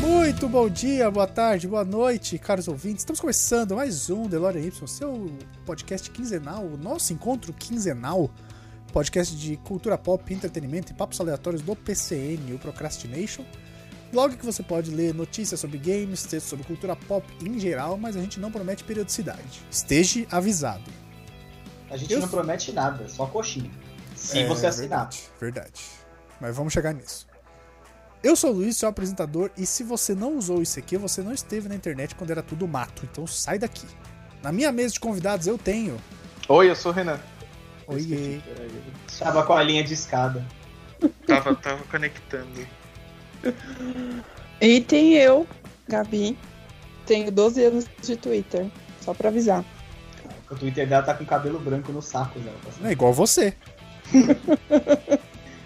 Muito bom dia, boa tarde, boa noite, caros ouvintes. Estamos começando mais um DeLorean Y, seu podcast quinzenal, o nosso encontro quinzenal, podcast de cultura pop, entretenimento e papos aleatórios do PCN, o Procrastination. Blog que você pode ler notícias sobre games, textos sobre cultura pop em geral, mas a gente não promete periodicidade. Esteja avisado. A gente Eu- não promete nada, só coxinha. Se você é assinar. É, Verdade, verdade. Mas vamos chegar nisso. Eu sou o Luiz, seu apresentador, e se você não usou isso aqui, você não esteve na internet quando era tudo mato, então sai daqui. Na minha mesa de convidados eu tenho. Oi, eu sou o Renan. Oiê. né? Tava com a linha de escada. Tava, tava conectando. E tem eu, Gabi. Tenho 12 anos de Twitter. Só pra avisar. O Twitter dela tá com cabelo branco no saco dela. tá certo? É igual você.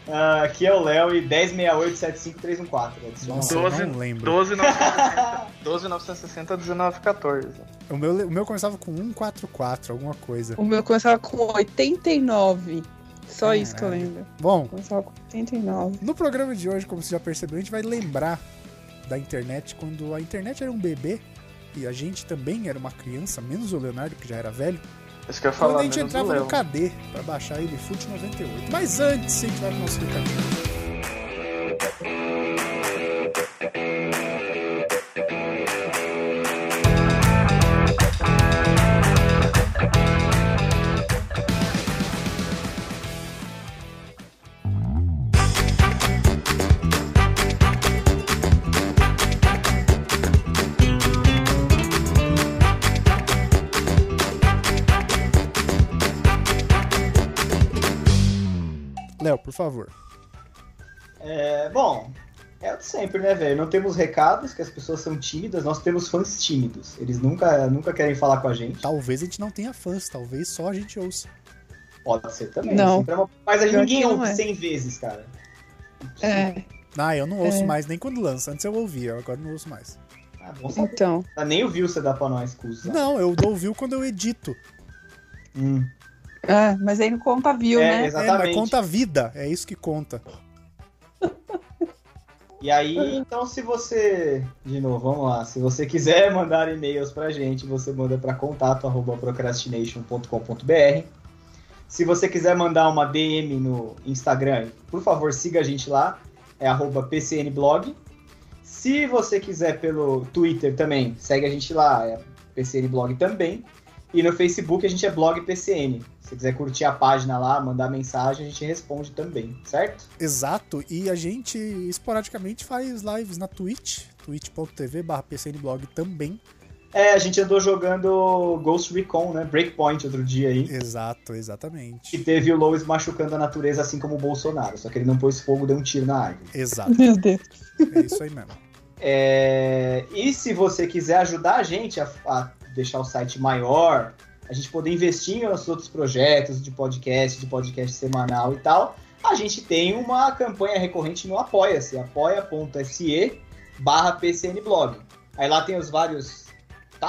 Ah, aqui é o Léo e 10687534. adicional. Nossa, eu não lembro. 12.960, 12.960, 1914. O, meu, o meu começava com 144, alguma coisa. O meu começava com 89. Só isso que eu Caralho. lembro. Bom, Começava com 89. no programa de hoje, como você já percebeu, a gente vai lembrar da internet quando a internet era um bebê e a gente também era uma criança, menos o Leonardo, que já era velho. Isso que eu ia Quando falar, a gente menos o entrava no Léo. KD pra baixar ele, Foot 98. Mas antes, a gente vai pro nosso recadinho. Léo, por favor. É, bom, é o de sempre, né, velho? Não temos recados, que as pessoas são tímidas, nós temos fãs tímidos. Eles nunca, nunca querem falar com a gente. Então, Talvez a gente não tenha fãs, talvez só a gente ouça. Pode ser também. Não. sempre é uma- Mas a gente Pior ninguém que não ouve é. 100 vezes, cara. É, Ah, eu não ouço É. mais nem quando lança. Antes eu ouvia, agora eu não ouço mais. Ah, bom saber. então. Nem ouviu você dar pra nós, Tá. cuzão. Não, eu dou view quando eu edito. Hum. É, mas aí não conta view, É, né? É, mas exatamente. conta a vida, é isso que conta. E aí, então, se você. De novo, vamos lá. Se você quiser mandar e-mails pra gente, você manda pra contato.procrastination.com.br. Se você quiser mandar uma DM no Instagram, por favor, siga a gente lá. É arroba PCNblog. Se você quiser pelo Twitter também, segue a gente lá. É PCNblog também. E no Facebook a gente é blog PCN. Se você quiser curtir a página lá, mandar mensagem, a gente responde também, certo? Exato, e a gente esporadicamente faz lives na Twitch, twitch.tv barra pcnblog também. É, a gente andou jogando Ghost Recon, né? Breakpoint outro dia aí. Exato, Que exatamente. teve o Lois machucando a natureza assim como o Bolsonaro. Só que ele não pôs fogo, deu um tiro na árvore. Exato, Meu Deus. é isso aí mesmo. É, E se você quiser ajudar a gente a, a deixar o site maior, a gente poder investir em nossos outros projetos de podcast, de podcast semanal e tal, a gente tem uma campanha recorrente no Apoia-se, apoia.se barra PCNblog. Aí lá tem os vários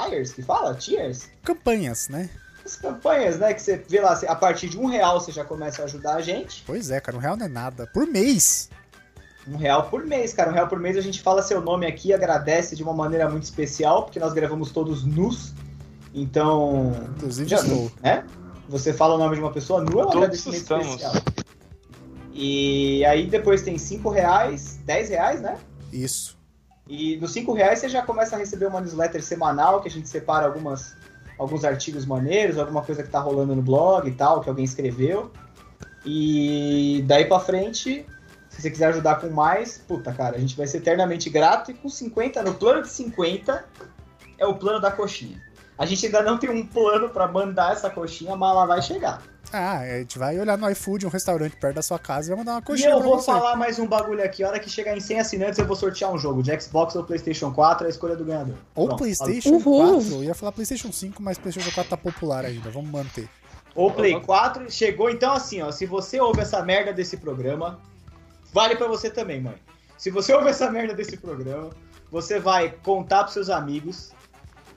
tires que fala? Tiers? Campanhas, né? as campanhas, né? Que você vê lá, a partir de um real você já começa a ajudar a gente. Pois é, cara, um real não é nada. Por mês! Um real por mês, cara. Um real por mês a gente fala seu nome aqui, agradece de uma maneira muito especial, porque nós gravamos todos nus. Então. Inclusive Já- estou. né? Você fala o nome de uma pessoa nua, é um Todos agradecimento estamos. especial. E aí depois tem cinco reais, 10 reais, né? Isso. E nos 5 reais você já começa a receber uma newsletter semanal que a gente separa algumas, alguns artigos maneiros, alguma coisa que tá rolando no blog e tal, que alguém escreveu. E daí pra frente, se você quiser ajudar com mais, puta cara, a gente vai ser eternamente grato e com 50, no plano de 50, é o plano da coxinha. A gente ainda não tem um plano pra mandar essa coxinha, mas ela vai chegar. Ah, a gente vai olhar no iFood, um restaurante perto da sua casa e vai mandar uma e coxinha eu pra vou você. falar mais um bagulho aqui. A hora que chegar em 100 assinantes, eu vou sortear um jogo de Xbox ou PlayStation 4, a escolha do ganhador. Ou Pronto, PlayStation Uhul. 4. Eu ia falar PlayStation 5, mas PlayStation 4 tá popular ainda. Vamos manter. falou. Ou Play 4. Chegou então assim, ó. Se você ouve essa merda desse programa, vale pra você também, mãe. Se você ouve essa merda desse programa, você vai contar pros seus amigos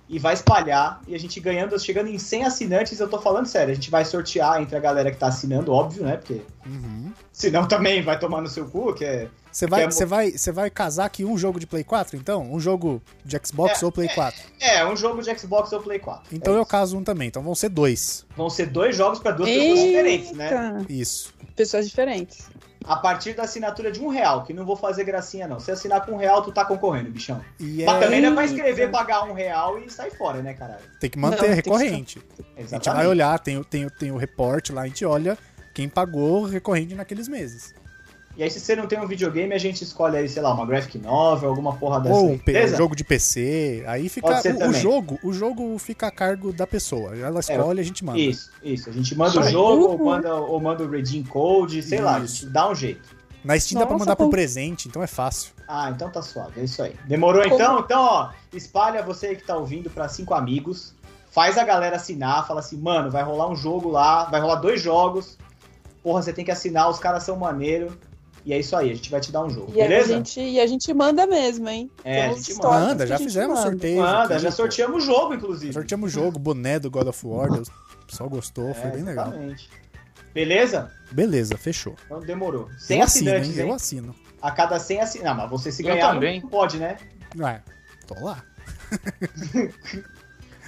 e vai espalhar. E a gente ganhando, chegando em 100 assinantes, eu tô falando sério. A gente vai sortear entre a galera que tá assinando, óbvio, né? Porque Uhum. senão senão também vai tomar no seu cu, que é. Você vai, Quer mo- você vai, você vai casar aqui um jogo de Play 4, então? Um jogo de Xbox ou Play 4. É, um jogo de Xbox ou Play 4. Então é eu caso um também. Então vão ser dois. Vão ser dois jogos para duas pessoas diferentes, né? Eita, Isso. pessoas diferentes. A partir da assinatura de um real, que não vou fazer gracinha, não. Se assinar com um real, tu tá concorrendo, bichão. E Mas também é, não é pra escrever, Eita. pagar um real e sair fora, né, caralho? tem que Não, manter tem que recorrente. A gente vai olhar, tem, o- tem, o- tem o reporte lá, a gente olha quem pagou recorrente naqueles meses. E aí, se você não tem um videogame, a gente escolhe aí, sei lá, uma graphic novel, alguma porra dessa. Ou um, aí, P- beleza? jogo de PC, aí fica Pode ser o- o, também. É, jogo, o jogo fica a cargo da pessoa. Ela escolhe, a gente manda. Isso, isso. A gente manda Isso o aí. jogo, ou Uhum. manda, ou manda o redeem code, sei lá, Isso. dá um jeito. Na Steam dá pra Nossa, mandar pro pô. presente, então é fácil. Ah, então tá suave, é isso aí. Demorou Como- então? Então, ó, espalha você aí que tá ouvindo pra cinco amigos. Faz a galera assinar, fala assim, mano, vai rolar um jogo lá, vai rolar dois jogos. Porra, você tem que assinar, os caras são maneiro. E é isso aí, a gente vai te dar um jogo, E beleza? a gente, e a gente manda mesmo, hein? É, a Temos gente históricos Manda, que já a gente fizemos manda. sorteio. Manda, aqui, já pô. sorteamos o jogo, inclusive. Sorteamos o jogo, boné do God of War. Deus, O pessoal gostou, foi É, bem legal. exatamente. Beleza? Beleza, fechou. Então demorou. 100 eu assino, assinantes, hein? Eu hein? assino. A cada 100 assinantes. Não, mas você se Eu ganhar também. não pode, né? Ué, Ah, tô lá.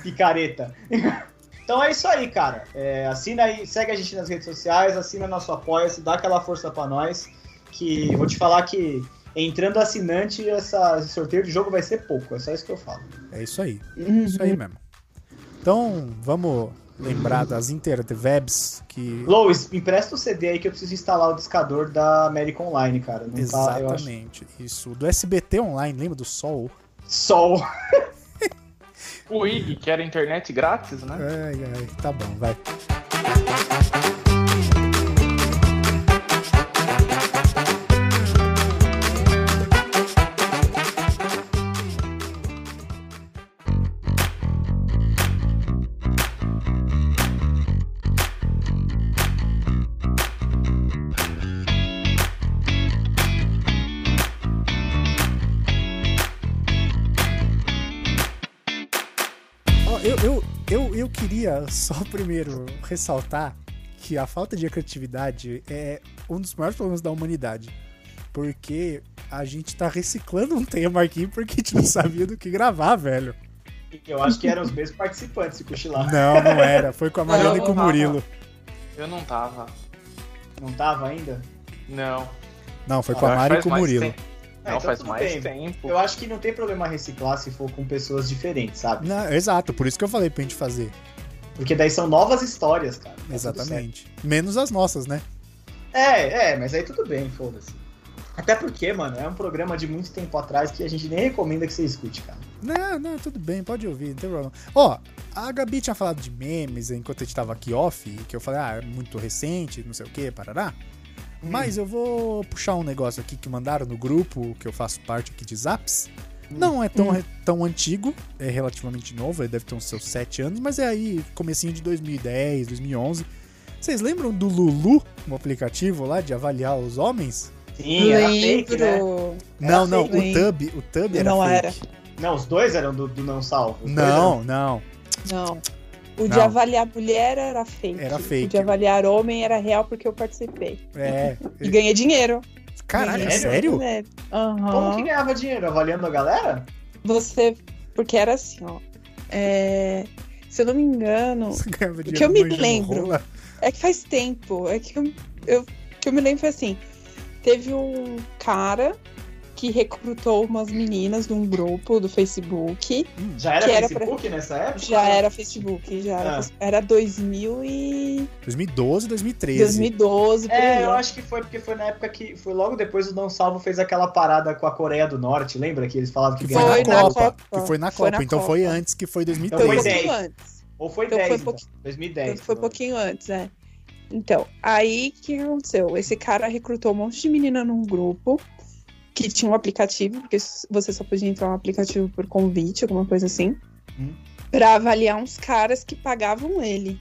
picareta. Então é isso aí, cara. É, assina aí, segue a gente nas redes sociais, assina nosso apoia-se, dá aquela força pra nós. Que vou te falar que entrando assinante, essa, esse sorteio de jogo vai ser pouco. É só isso que eu falo. É isso aí. Uhum. Isso aí mesmo. Então, vamos lembrar das interwebs que. Lois, empresta o CD aí que eu preciso instalar o discador da América Online, cara. Não tá, eu acho. Exatamente. Isso. Do SBT Online, lembra do Sol? Sol. O IG, que era internet grátis, né? Ai, ai, tá bom, vai. Ó, eu, eu, eu, eu queria só primeiro ressaltar que a falta de criatividade é um dos maiores problemas da humanidade. Porque a gente tá reciclando um tema aqui porque a gente não sabia do que gravar, velho. Eu acho que eram os mesmos participantes se cochilar. Não, não era. Foi com a Mariana e Ah. Não, com o não. Murilo. Eu não tava. Não tava ainda? Não. Não, foi com Eu a acho Mari e faz com o mais Murilo. tempo. Não, então faz tudo mais bem. tempo. Eu acho que não tem problema reciclar se for com pessoas diferentes, sabe? Não, exato, por isso que eu falei pra gente Tá fazer. Porque daí são novas histórias, cara. Tá tudo certo. Exatamente. Menos as nossas, né? É, é, mas aí tudo bem, foda-se. Até porque, mano, é um programa de muito tempo atrás que a gente nem recomenda que você escute, cara. Não, não, tudo bem, pode ouvir, não tem problema. Ó, a Gabi tinha falado de memes enquanto a gente tava aqui off, que eu falei, ah, é muito recente, não sei o que, parará. Hum. Mas eu vou puxar um negócio aqui que mandaram no grupo, que eu faço parte aqui de Zaps. Hum. Não é tão, re- tão antigo, é relativamente novo, ele deve ter uns seus 7 anos, mas é aí comecinho de 2010, 2011. Vocês lembram do Lulu, um aplicativo lá de avaliar os homens? Sim, era fake, né? Lembro. Não, não, fake, o hein? Tub, o Tub era Não fake. era. Não, os dois eram do, do não salvo. Os dois eram- Não, não. Não. O de Não. avaliar mulher era fake. Era O fake. de avaliar homem era real porque eu participei. É. E ganhei dinheiro. Caralho, Sério? sério? É Sério. Aham. É. Como que ganhava dinheiro? Avaliando a galera? Você. Porque era assim, ó. É, Se eu não me engano. Você ganhava dinheiro que eu me manjando lembro. rola? É que faz tempo. É que eu, eu- que eu me lembro foi assim. Teve um cara que recrutou umas meninas de um grupo do Facebook. Já era Que era Facebook nessa época? Já era Facebook, já era, Ah. era 2000 e 2012, 2013. 2012, por aí. É, eu acho que foi porque foi na época que. Foi logo depois o Não Salvo fez aquela parada com a Coreia do Norte, lembra? Que eles falavam que Que ganhava foi, Foi na na Copa, Copa. Que foi na Foi Copa. na então foi Copa. antes que foi Então 2013. foi um 10. pouquinho antes. Ou foi Então 10, foi então. pouquinho- 2010. Então, foi um pouquinho antes, né? Então, aí o que aconteceu? Esse cara recrutou um monte de menina num grupo que tinha um aplicativo, porque s- você só podia entrar no aplicativo por convite, alguma coisa assim, Hum. pra avaliar uns caras que pagavam ele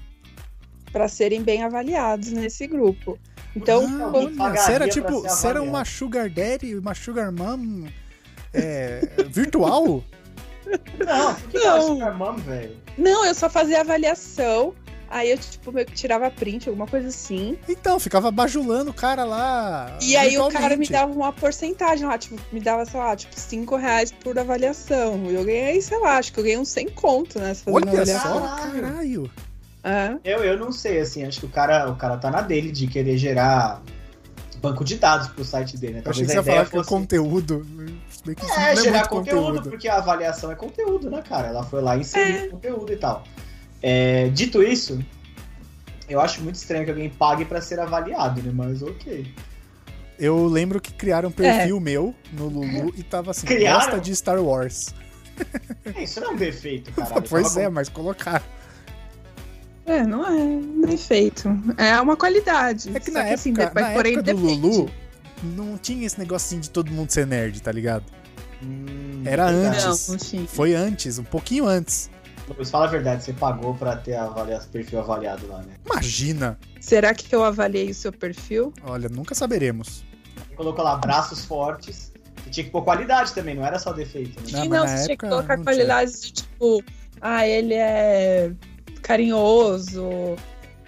pra serem bem avaliados nesse grupo. Então, Ah, quando- olha. Olha, você era pagaria tipo, pra ser você era uma avaliado. sugar daddy, uma sugar mom é, virtual? Não, por que Não. não. Sugar Mom, velho? não, eu só fazia avaliação, aí eu tipo meio que tirava print, alguma coisa assim. Então, ficava bajulando o cara lá. E aí o cara me virtualmente. dava uma porcentagem lá, tipo, me dava, sei lá, tipo, 5 reais por avaliação. E eu ganhei, sei lá, acho que eu ganhei uns 100 conto, né? se fazer uma Olha avaliação. só, Caralho. caralho. É. Eu, eu não sei, assim, acho que o cara, o cara tá na dele de querer gerar banco de dados pro site dele, né? Eu achei Talvez que a você ia ideia falar que o fosse conteúdo. se bem que isso é, não gerar muito conteúdo, porque a avaliação é conteúdo, né, cara? Ela foi lá e inseriu conteúdo e tal. É, dito isso, eu acho muito estranho que alguém pague pra ser avaliado, né? Mas ok. Eu lembro que criaram um perfil meu no Lulu e tava assim, Criaram? gosta de Star Wars. É, isso não é um defeito, caralho. pois Tava é, mas colocaram. É, não é um defeito. É uma qualidade. É que Só na época, assim, na depois- porém, época do depende. Lulu, não tinha esse negocinho de todo mundo ser nerd, tá ligado? com- Hum, Era verdade. antes. Não, não tinha. Foi antes, um pouquinho antes. Lucas, fala a verdade, você pagou pra ter avaliado, perfil avaliado lá, né? Imagina! Será que eu avaliei o seu perfil? Olha, nunca saberemos. Colocou lá braços fortes. E tinha que pôr qualidade também, não era só defeito, né? Não, e mas não, na você tinha que época colocar não qualidades de tipo, ah, ele é carinhoso,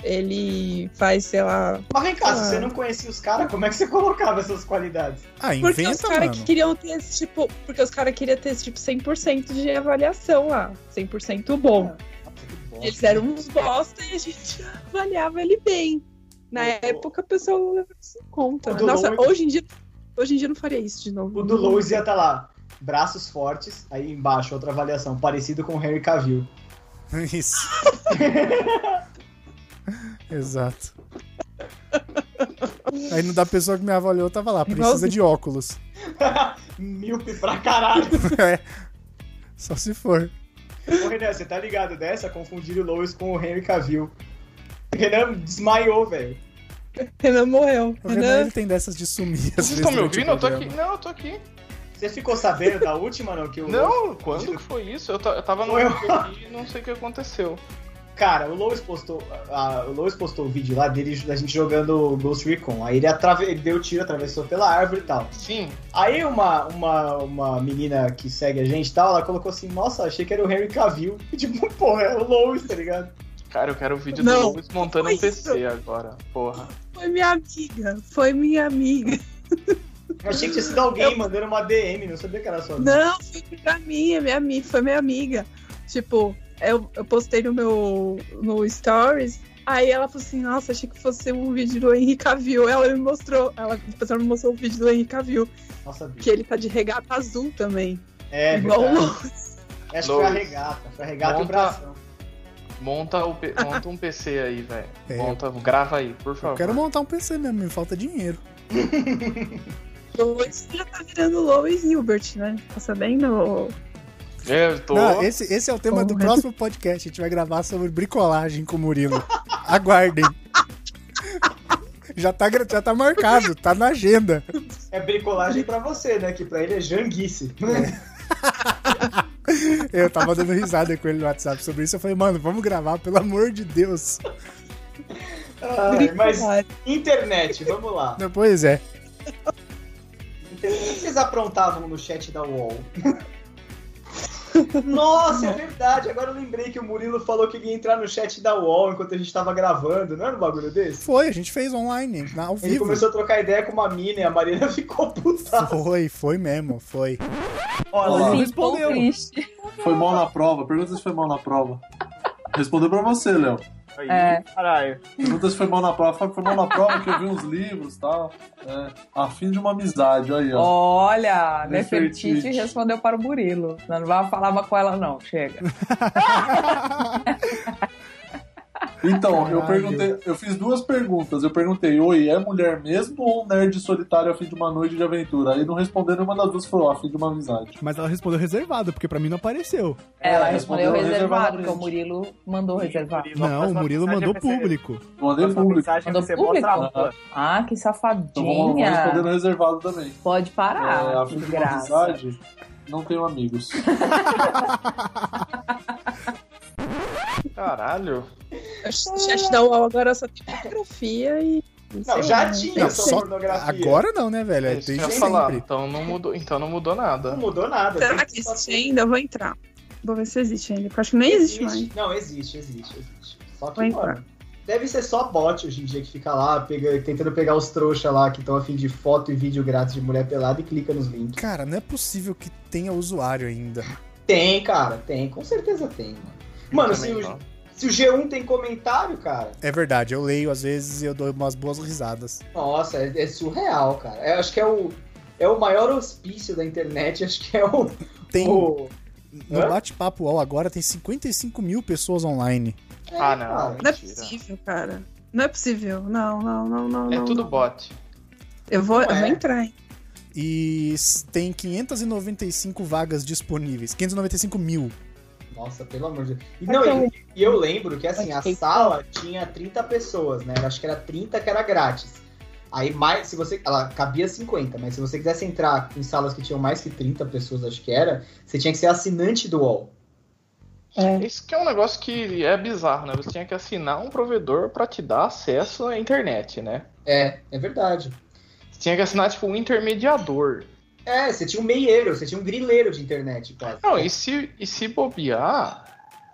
ele faz, sei lá, Mas vem cá, se Ah. você não conhecia os caras, como é que você colocava essas qualidades? Ah, Porque os inventa, caras mano. que queriam ter esse tipo. Porque os caras queriam ter esse tipo 100% de avaliação lá. 100% bom. Nossa, que bosta. Eles eram uns bosta e a gente avaliava ele bem. Na O- época o pessoal não levava isso em conta. o do Nossa, Lowe- hoje em dia. Hoje em dia eu não faria isso de novo. O do Lois ia estar lá, braços fortes, aí embaixo, outra avaliação, parecido com o Henry Cavill. Isso. Exato. Aí não da pessoa que me avaliou, tava lá, precisa de óculos. Milpe pra caralho. É. Só se for. Ô Renan, você tá ligado dessa? Confundir o Lois com o Henry Cavill. O Renan desmaiou, velho. Renan morreu. É O Renan, Renan, ele tem dessas de sumir. às Vocês vezes estão me durante o ouvindo? Eu tô aqui. programa. Não, eu tô aqui. Você ficou sabendo da última, não? Que o Lois- Não, quando que foi isso? Eu, ta- eu tava no Eu- Uber aqui e não sei o que aconteceu. Cara, o Lois postou. a- o Lois postou o vídeo lá dele da gente jogando Ghost Recon. Aí ele, atrave, ele deu tiro, atravessou pela árvore e tal. Sim, Aí uma, uma, uma menina que segue a gente e tal, ela colocou assim, nossa, achei que era o Henry Cavill. E tipo, porra, é o Lois, tá ligado? cara, eu quero o vídeo Não, do Luiz montando foi um PC agora. Porra. foi minha amiga. Foi minha amiga. Eu achei que tinha sido alguém mandando uma DM, não sabia que era só. Não, foi pra mim, é minha amiga, foi minha amiga. Tipo, eu, eu postei no meu no stories, aí ela falou assim, nossa, achei que fosse um vídeo do Henrique Cavill. Ela me mostrou, ela, depois ela me mostrou o vídeo do Henrique Cavill, Nossa, bicho. que ele tá de regata azul também. É, igual o verdade. Lou. Acho que foi a Lois. regata. Foi a regata e o Monta- bração. Monta, o P- monta um PC aí, velho. É. Monta, grava aí, por Eu favor. quero montar um PC mesmo, me falta dinheiro. Lois já tá virando Lois Hilbert, né? Tá sabendo? Eu tô. Não, esse, esse é o tema do né? Porra. próximo podcast. A gente vai gravar sobre bricolagem com o Murilo. Aguardem. Já tá, gra- já tá marcado, tá na agenda. É bricolagem pra você, né? Que pra ele é janguice. É. Eu tava dando risada com ele no WhatsApp sobre isso. Eu falei, mano, vamos gravar, pelo amor de Deus. Ai, Ah, mas internet, vamos lá. Não, Pois é. Internet, Então, O que vocês aprontavam no chat da UOL? Nossa, é verdade. Agora eu lembrei que o Murilo falou que ele ia entrar no chat da UOL enquanto a gente tava gravando. Não era um bagulho desse? Foi, a gente fez online, na- ao Ele vivo. começou a trocar ideia com uma mina e a Marina ficou puta. Foi, foi mesmo, foi. Olha, Sim, ele respondeu. Foi mal na prova. Pergunta se foi mal na prova. Respondeu pra você, Léo. Aí, É. caralho. Pergunta se foi mal na prova. Fala que Foi mal na prova que eu vi uns livros e tal. É, a fim de uma amizade, olha aí, ó. Nefertiti. é Olha, Nefertiti respondeu para o Murilo. Não vai falar com ela, não. Chega. Então, eu Caralho. perguntei, eu fiz duas perguntas. Eu perguntei, oi, é mulher mesmo ou um nerd solitário a fim de uma noite de aventura? Aí não respondeu nenhuma das duas, falou, a fim de uma amizade. Mas ela respondeu reservado, porque pra mim não apareceu. Ela É, respondeu respondeu reservado, reservadamente. porque o Murilo mandou reservado. Não, o Murilo mandou público. Mandei Mandou público. é mensagem Mandou você público? mostra a roupa. Ah, que Então vamos, vamos responder safadinha. no reservado também. Pode é, parar, a fim Ah, que de uma graça. amizade, não tenho amigos. Caralho. Shashdown agora só tem fotografia e. Não, sei já lá, né? tinha Não, essa só- pornografia. Agora não, né, velho? É isso que desde eu ia sempre. falar. Então não mudou, então não mudou nada. Não mudou nada. Será sempre que é só existe tem- ainda? Eu vou entrar. Vou ver se existe ainda, porque eu acho que nem existe, mais. Não, existe, existe, existe. Só que, Vai mano, deve ser só bot hoje em dia que fica lá pega- tentando pegar os trouxa lá que estão afim de foto e vídeo grátis de mulher pelada e clica nos links. Cara, não é possível que tenha usuário ainda. Tem, cara, tem. Com certeza tem, mano. Mano, assim, se Também o, não. se o G1 tem comentário, cara, É verdade, eu leio às vezes e eu dou umas boas risadas. nossa, é, é surreal, cara. Eu acho que é o, é o maior hospício da internet, acho que é o. Tem. o- No Hã? bate-papo UOL agora tem 55 mil pessoas online. é, Ah, cara. não. Não é Mentira. possível, cara. Não é possível. Não, não, não, não. É não, tudo não. bot. Eu vou, eu Não é. vou entrar, hein? E s- tem 595 vagas disponíveis. 595 mil. Nossa, pelo amor de Deus. E, não, e, e eu lembro que assim, a Ok. sala tinha 30 pessoas, né? Eu acho que era 30 que era grátis. Aí mais, se você. Ela cabia 50, mas se você quisesse entrar em salas que tinham mais que 30 pessoas, acho que era, você tinha que ser assinante do UOL. Isso que é um negócio que é bizarro, né? Você tinha que assinar um provedor pra te dar acesso à internet, né? É, é verdade. Você tinha que assinar, tipo, um intermediador. É, você tinha um meieiro, você tinha um grileiro de internet, quase. Não, e se, e se bobear.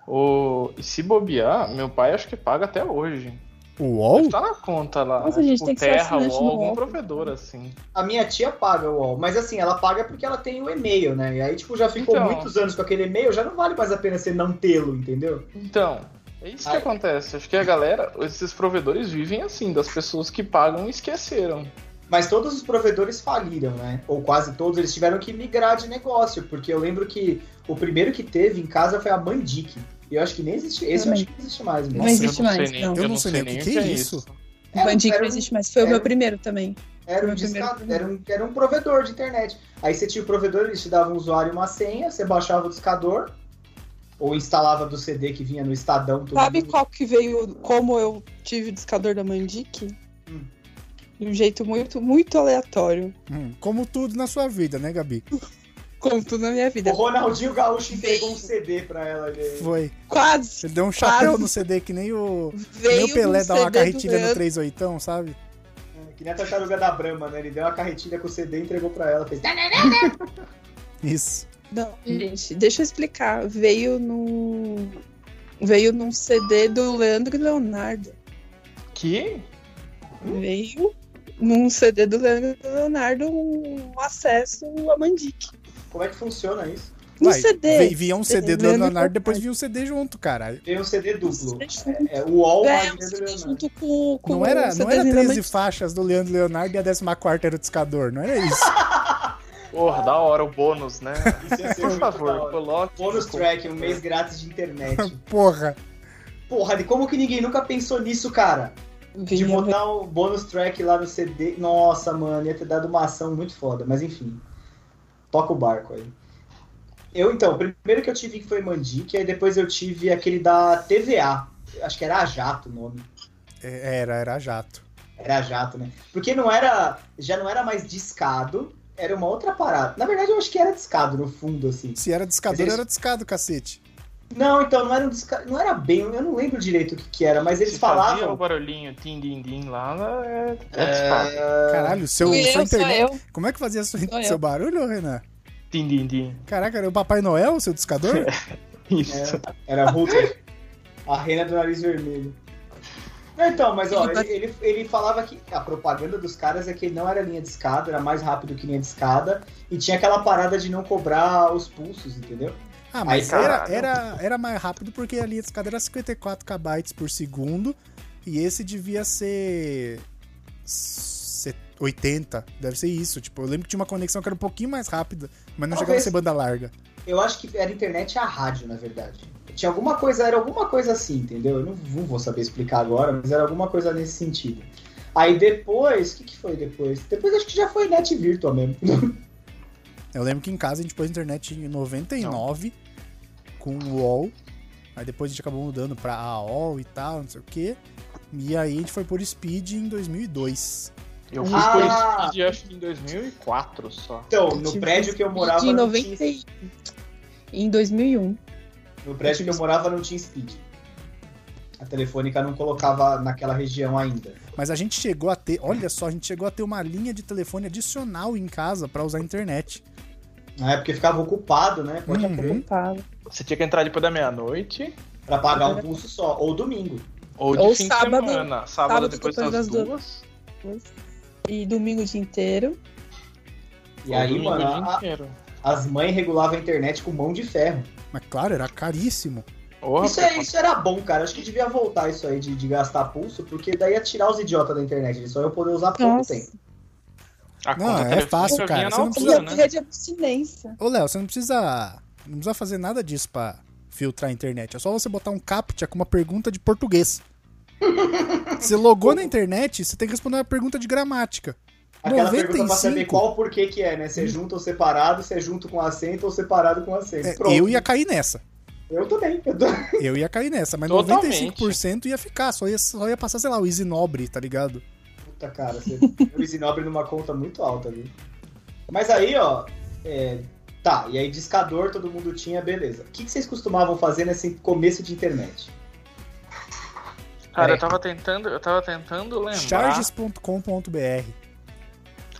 O, e se bobear, meu pai acho que paga até hoje. O UOL? Tá na conta lá. tipo, Nossa, gente, tem que ser Terra assinante ou no algum UOL. provedor, assim. A minha tia paga o UOL, mas assim, ela paga porque ela tem o e-mail, né? E aí, tipo, já ficou Então. muitos anos com aquele e-mail, já não vale mais a pena você não tê-lo, entendeu? Então, é isso Ai. que acontece. Acho que a galera, esses provedores vivem assim, das pessoas que pagam e esqueceram. Mas todos os provedores faliram, né? Ou quase todos, eles tiveram que migrar de negócio, porque eu lembro que o primeiro que teve em casa foi a Mandic. E eu acho que nem existe, esse eu acho que não existe mais. Não Nossa, existe eu não sei mais, nem, não. Eu, não sei nem o que, é isso. Era um- Bandic era não um- existe mais. Foi o era meu um- primeiro também. Era um, Meu primeiro disca- primeiro. era, um, era um provedor de internet. Aí você tinha o provedor, eles te davam um usuário e uma senha, você baixava o discador, ou instalava do CD que vinha no Estadão. todo Sabe mundo. qual que veio, como eu tive o discador da Mandic? Hum. De um jeito muito, muito aleatório. Hum, como tudo na sua vida, né, Gabi? Como tudo na minha vida. O Ronaldinho Gaúcho entregou um CD pra ela. Ele... Foi. Quase Ele deu um chapéu Quase. no CD que nem o, que nem veio o Pelé num dá uma CD do carretilha no Leandro. 3 oitão, sabe? Que nem a tartaruga da Brahma, né? Ele deu uma carretilha com o CD e entregou pra ela. Fez... Isso. Não, gente, deixa eu explicar. Veio no. Veio num CD do Leandro e Leonardo. Que? Veio num CD do Leandro e Leonardo um acesso a Mandic. Como é que funciona isso? No Vai, CD. vi- Via um CD do Leandro é Leonardo, Leonardo. depois via um CD junto, cara. Veio um CD duplo. É, É, o UOL mais um Leandro CD Leonardo. junto com, com um Não era, o não era CDzinho da 13 Mandic. faixas do Leandro Leonardo e a 14 era o discador, não era isso? Porra, da hora o bônus, né? Isso ia ser Por muito da favor, hora. coloque. Bônus track, um mês grátis de internet. Porra. Porra, de como que ninguém nunca pensou nisso, cara? De Vinha- botar o bônus track lá no CD. Nossa, mano, ia ter dado uma ação muito foda, mas enfim. Toca o barco aí. Eu, então, o primeiro que eu tive que foi Mandic, aí depois eu tive aquele da TVA. Acho que era a Jato o nome. É, Era, era jato. Era jato, né? Porque não era. Já não era mais discado, era uma outra parada. Na verdade, eu acho que era discado no fundo, assim. Se era discador, eles- era discado, cacete. Não, então, não era um discado. Não era bem, eu não lembro direito o que, que era, mas eles Se Fazia o falavam. barulhinho tim-din-din lá, né, é, é disparado. Caralho, seu, Fui eu, sua sou internet. eu. Como é que fazia sua- Sou eu. seu barulho, Renan? Tim-din-din. Caraca, era o Papai Noel, seu discador? Isso. Era Hulk. a reina do nariz vermelho. Não, Então, mas ó, ele, ele, ele falava que a propaganda dos caras é que não era linha de escada, era mais rápido que linha de escada, e tinha aquela parada de não cobrar os pulsos, entendeu? Ah, mas Ai, era, caralho. era, era mais rápido porque a linha de escada era 54 KB por segundo e esse devia ser set- 80, deve ser isso. Tipo, eu lembro que tinha uma conexão que era um pouquinho mais rápida, mas não chegava a Talvez. ser banda larga. Eu acho que era internet e a rádio, na verdade. Tinha alguma coisa, era alguma coisa assim, entendeu? Eu não, não vou saber explicar agora, mas era alguma coisa nesse sentido. Aí depois, o que, que foi depois? Depois acho que já foi net virtual mesmo. Eu lembro que em casa a gente pôs internet em 99 com o UOL. Aí depois a gente acabou mudando pra AOL e tal, não sei o quê. E aí a gente foi por Speed em 2002. Eu fui Ah! por Speed acho que em 2004 só. Então, no prédio que eu morava De não tinha, 90 e... Em 2001. no prédio que eu morava não tinha speed. A telefônica não colocava naquela região ainda. Mas a gente chegou a ter, olha só, a gente chegou a ter uma linha de telefone adicional em casa pra usar a internet. Na época ficava ocupado, né? Pode Uhum. crer, Coitado. Você tinha que entrar depois da meia-noite pra pagar um pulso só. Ou domingo. ou de Ou fim sábado. de semana. Sábado, Sábado depois depois das das duas. duas. E domingo o dia inteiro. E ou aí, domingo né? mano, o dia a- inteiro. as mães regulavam a internet com mão de ferro. Mas claro, era caríssimo. Ô, Isso, é- isso era bom, cara. Acho que devia voltar isso aí de, de gastar pulso, porque daí ia tirar os idiotas da internet. Eles só iam poder usar pouco Nossa. tempo. A Não, Ah, conta é telefônica fácil, vinha cara. na Você não E precisa, altura, a né? rede de abstinência. Ô, Léo, você não precisa, não precisa fazer nada disso pra filtrar a internet. É só você botar um captcha com uma pergunta de português. Você logou na internet, você tem que responder uma pergunta de gramática. Aquela pergunta é pra 95. saber qual o porquê que é, né? Você junto ou separado, você junto com acento ou separado com acento. É, Pronto. eu ia cair nessa. Eu também. Eu tô... Eu ia cair nessa. Mas Totalmente. 95% ia ficar. Só ia, só ia passar, sei lá, o Easy Nobre, tá ligado? Puta, cara, você o Isinobre numa conta muito alta, viu? Mas aí, ó, é, tá, e aí discador todo mundo tinha, beleza. O que, que vocês costumavam fazer nesse começo de internet? Cara, Peraí. eu tava tentando, eu tava tentando lembrar. Charges.com.br.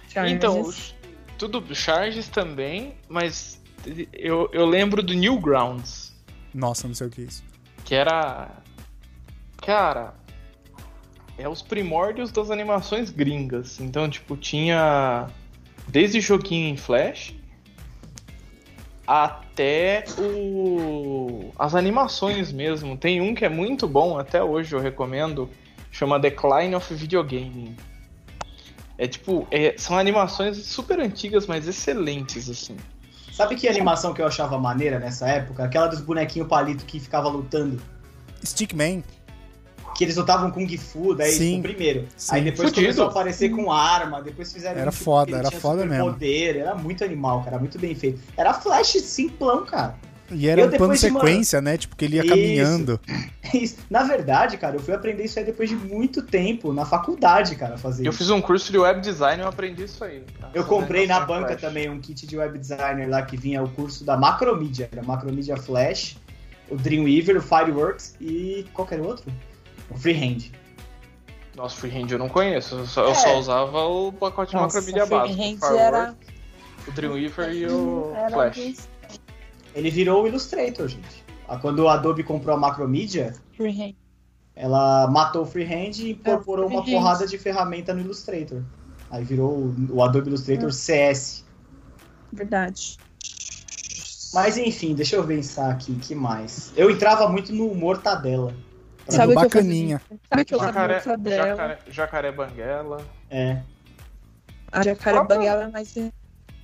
Charges. Então, os- tudo charges também, mas eu, eu lembro do Newgrounds, Nossa, não sei o que é isso. que era cara, é os primórdios das animações gringas. Então, tipo, tinha desde joguinho em Flash até o as animações mesmo. Tem um que é muito bom até hoje, eu recomendo, chama Decline of Videogaming. É tipo, é- são animações super antigas, mas excelentes assim. Sabe que animação que eu achava maneira nessa época? Aquela dos bonequinhos palito que ficava lutando, Stickman. que eles lutavam com Kung Fu, daí Sim. tipo, primeiro. Sim. Aí depois Fudido. começou a aparecer com arma, depois fizeram... Era um tipo foda, que ele era tinha foda mesmo. superpoder, Era muito animal, cara, muito bem feito. Era Flash simplão, cara. E era Eu um plano depois de uma- sequência, né? Tipo, que ele ia Isso. caminhando. É Isso. Na verdade, cara, eu fui aprender isso aí depois de muito tempo, na faculdade, cara, fazer Eu isso. fiz um curso de web design e eu aprendi isso aí. tá? Eu comprei na Animação em banca é Flash. também um kit de web designer lá que vinha o curso da Macromedia, era Macromedia Flash, o Dreamweaver, o Fireworks e qualquer outro. O Freehand. Nossa, freehand eu não conheço. Eu só, eu É. só usava o pacote de Nossa, macromídia básico. freehand o Firework, era- O Dreamweaver e o Era Flash. dos Ele virou o Illustrator, gente. Ah, Quando a Adobe comprou a Macromedia, freehand. ela matou o Freehand e incorporou uma Freehand. porrada de ferramenta no Illustrator. Aí virou o- o Adobe Illustrator CS. Verdade. Mas enfim, deixa eu pensar aqui, que mais? Eu entrava muito no Mortadela. Era Sabe do o que eu bacaninha. Sabe que eu usava Jacaré, mortadela? jacaré, jacaré Banguela. É. A jacaré próprio- banguela é mais re-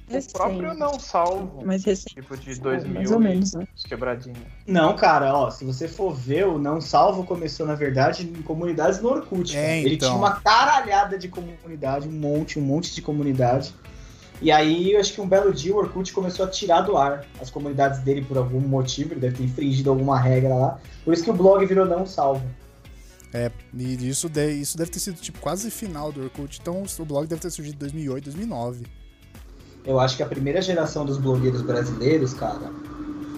O próprio recente. não salvo. Mais recente. Tipo de Mais ou 2000 e menos, né? os quebradinhos. Não, cara, ó, se você for ver, o Não Salvo começou, na verdade, em comunidades no Orkut. É, cara. Ele então. tinha uma caralhada de comunidade, um monte, um monte de comunidade. E aí, eu acho que um belo dia o Orkut começou a tirar do ar as comunidades dele por algum motivo, ele deve ter infringido alguma regra lá. Por isso que o blog virou Não Salvo. E isso, de- isso deve ter sido, tipo, quase final do Orkut. Então o blog deve ter surgido em 2008, 2009. Eu acho que a primeira geração dos blogueiros brasileiros, cara,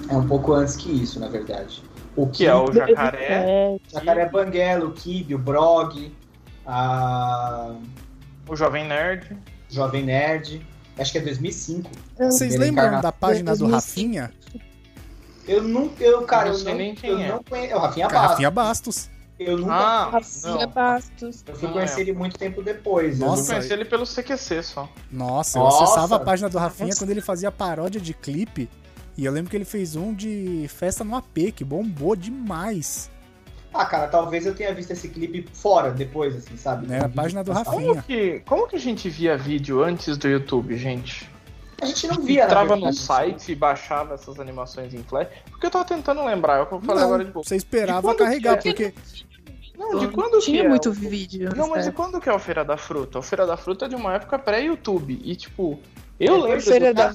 é um pouco antes que isso, na verdade. O Que é o jacaré. Jacaré Banguela, o Kibe, o Brog, a O Jovem Nerd. Jovem Nerd. Acho que é 2005. Vocês Primeira lembram encarna- da página do 2005. Rafinha? Eu nunca, eu, cara, Eu eu, não sei não, nem quem eu é. não conheço. É o Rafinha Cara, Bastos. Rafinha Bastos. Eu nunca. Ah, Rafinha não. Bastos. eu fui não conhecer é. ele muito tempo depois. Eu Nossa. conheci ele pelo CQC só. Nossa, eu Nossa. acessava a página do Rafinha quando ele fazia paródia de clipe. E eu lembro que ele fez um de festa no AP, que bombou demais. Ah, cara, talvez eu tenha visto esse clipe fora, depois, assim, sabe? Né? A página do Rafinha. Como que, como que a gente via vídeo antes do YouTube, gente? A gente não via, na Entrava no verdade, assim. site e baixava essas animações em Flash. Porque eu tava tentando lembrar, é o que eu falei Não, agora de pouco. Então, Você esperava De quando carregar, que é? porque Não, de quando que Então, tinha é muito o- vídeo. Não, mas né? e quando que é o Feira da Fruta? O Feira da Fruta é de uma época pré-YouTube. E, tipo, eu lembro de Feira ter da- Ah,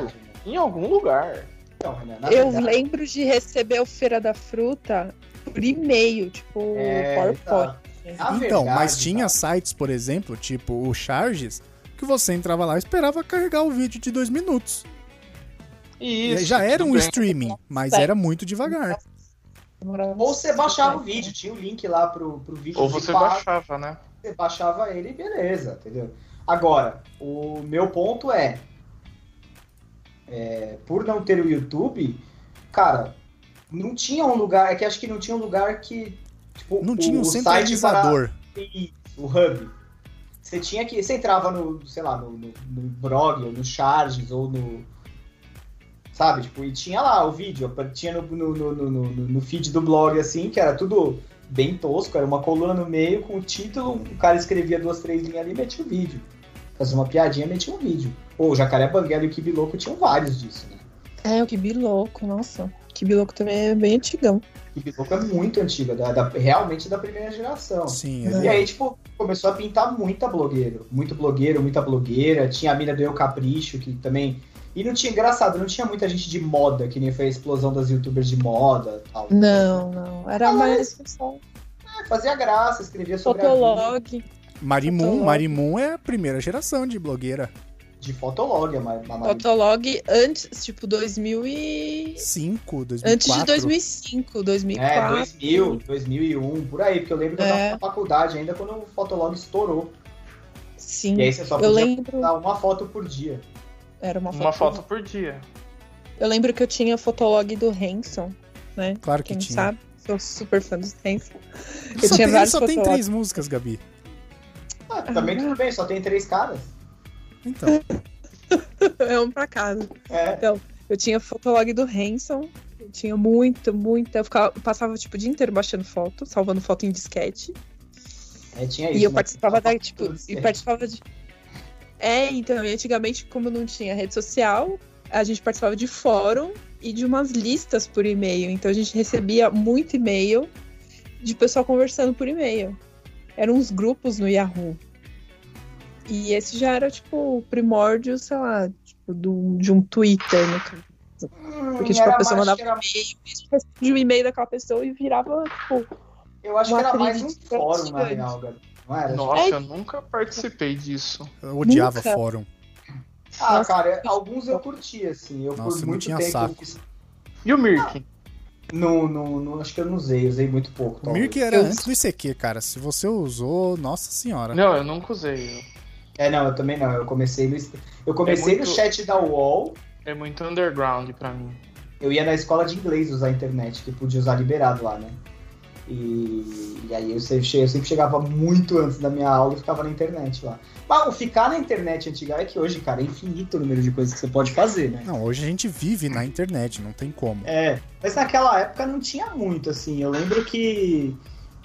visto em algum lugar. Então, Renan, na Eu verdade, lembro de receber o Feira da Fruta por e-mail, tipo, é, PowerPoint. tá. Na Então, verdade, mas tinha cara, sites, por exemplo, tipo o Charges, que você entrava lá e esperava carregar o vídeo de dois minutos. E E isso, tipo, já era tudo um bem. streaming, mas Certo. era muito devagar. Demorava- Ou você baixava o vídeo, tinha o link lá pro, pro vídeo. Ou de você pago, baixava, né? Você baixava ele e beleza, entendeu? Agora, o meu ponto é, é, por não ter o YouTube, cara, não tinha um lugar, é que acho que não tinha um lugar que. Tipo, Não o, tinha um o site para- centralizador. Isso, o hub. Você tinha que. Você entrava no, sei lá, no, no, no blog, ou no Charges, ou no. Sabe, tipo, e tinha lá o vídeo, tinha no, no, no, no, no- no feed do blog, assim, que era tudo bem tosco, era uma coluna no meio com o título, o cara escrevia duas, três linhas ali e metia o vídeo. Fazia uma piadinha, metia um vídeo. Ou o Jacaré Banguela e o Kibiloco tinham vários disso, né? É, o Kibiloco, nossa. Kibiloco também é bem antigão. Kibiloco é muito antiga, da, da- realmente da primeira geração. Sim, E ele- é. é. aí, tipo, começou a pintar muita blogueiro. Muito blogueiro, muita blogueira. Tinha a mina do Eu Capricho, que também. E não tinha, engraçado, não tinha muita gente de moda, que nem foi a explosão das youtubers de moda e tal. Não, não. Era Ah, mais pessoal. Ah, fazia graça, escrevia sobre a vida Fotolog. Marimun, Fotolog. então, Marimun é a primeira geração de blogueira. de fotolog, a Ma- a Mari- Fotolog antes, tipo, 2000 e... 5, 2004. Antes de 2005, 2004. É, 2000, 2001, por aí, porque eu lembro que eu tava É. na faculdade ainda quando o fotolog estourou. Sim. E aí você só Eu podia lembro... dar uma foto por dia. Era uma foto. Uma foto por dia. Eu lembro que eu tinha o Fotolog do Hanson, né? Claro que Quem não tinha. sabe, sou super fã dos Hanson. Eu Só, tinha tem, vários só tem fotolog. três músicas, Gabi. Ah, também tudo bem, só tem três caras. Então, É um pra casa. É. Eu tinha fotolog do Hanson. Eu tinha muito, muita. Eu, ficava- eu passava tipo, o dia inteiro baixando foto, salvando foto em disquete. é tinha isso. e eu né? participava da, tipo, Tudo e certo. participava de. É, então, e antigamente, como não tinha rede social, a gente participava de fórum e de umas listas por e-mail. Então a gente recebia muito e-mail de pessoal conversando por e-mail. Eram uns grupos no Yahoo. E esse já era, tipo, o primórdio, sei lá, tipo, do, de um Twitter, no caso. Porque, Hum, tipo, era a pessoa mais- mandava era e-mail, a gente recebia o um e-mail daquela pessoa e virava, tipo, Eu acho Uma que era mais um atriz de fórum, na grande real, galera. Não era? Nossa, eu nunca participei disso. eu odiava Nunca. fórum. Ah, Nossa. cara, alguns eu curti, assim. Eu Nossa, por não muito tinha tempo saco. fiz- E o Mirkin? Não, não, não, acho que eu não usei, usei muito pouco. O talvez. Mirk era Eu- antes do ICQ, cara. Se você usou, nossa senhora. Não, eu nunca usei. É, não, eu também não. Eu comecei no, eu É comecei muito- no chat da UOL, É muito underground pra mim. eu ia na escola de inglês usar a internet, que podia usar liberado lá, né? E, e aí eu sempre, che- eu sempre chegava muito antes da minha aula e ficava na internet lá. Mas o ficar na internet antiga é que hoje, cara, é infinito o número de coisas que você pode fazer, né? Não, hoje a gente vive na internet, não tem como. É, mas naquela época não tinha muito, assim. Eu lembro que,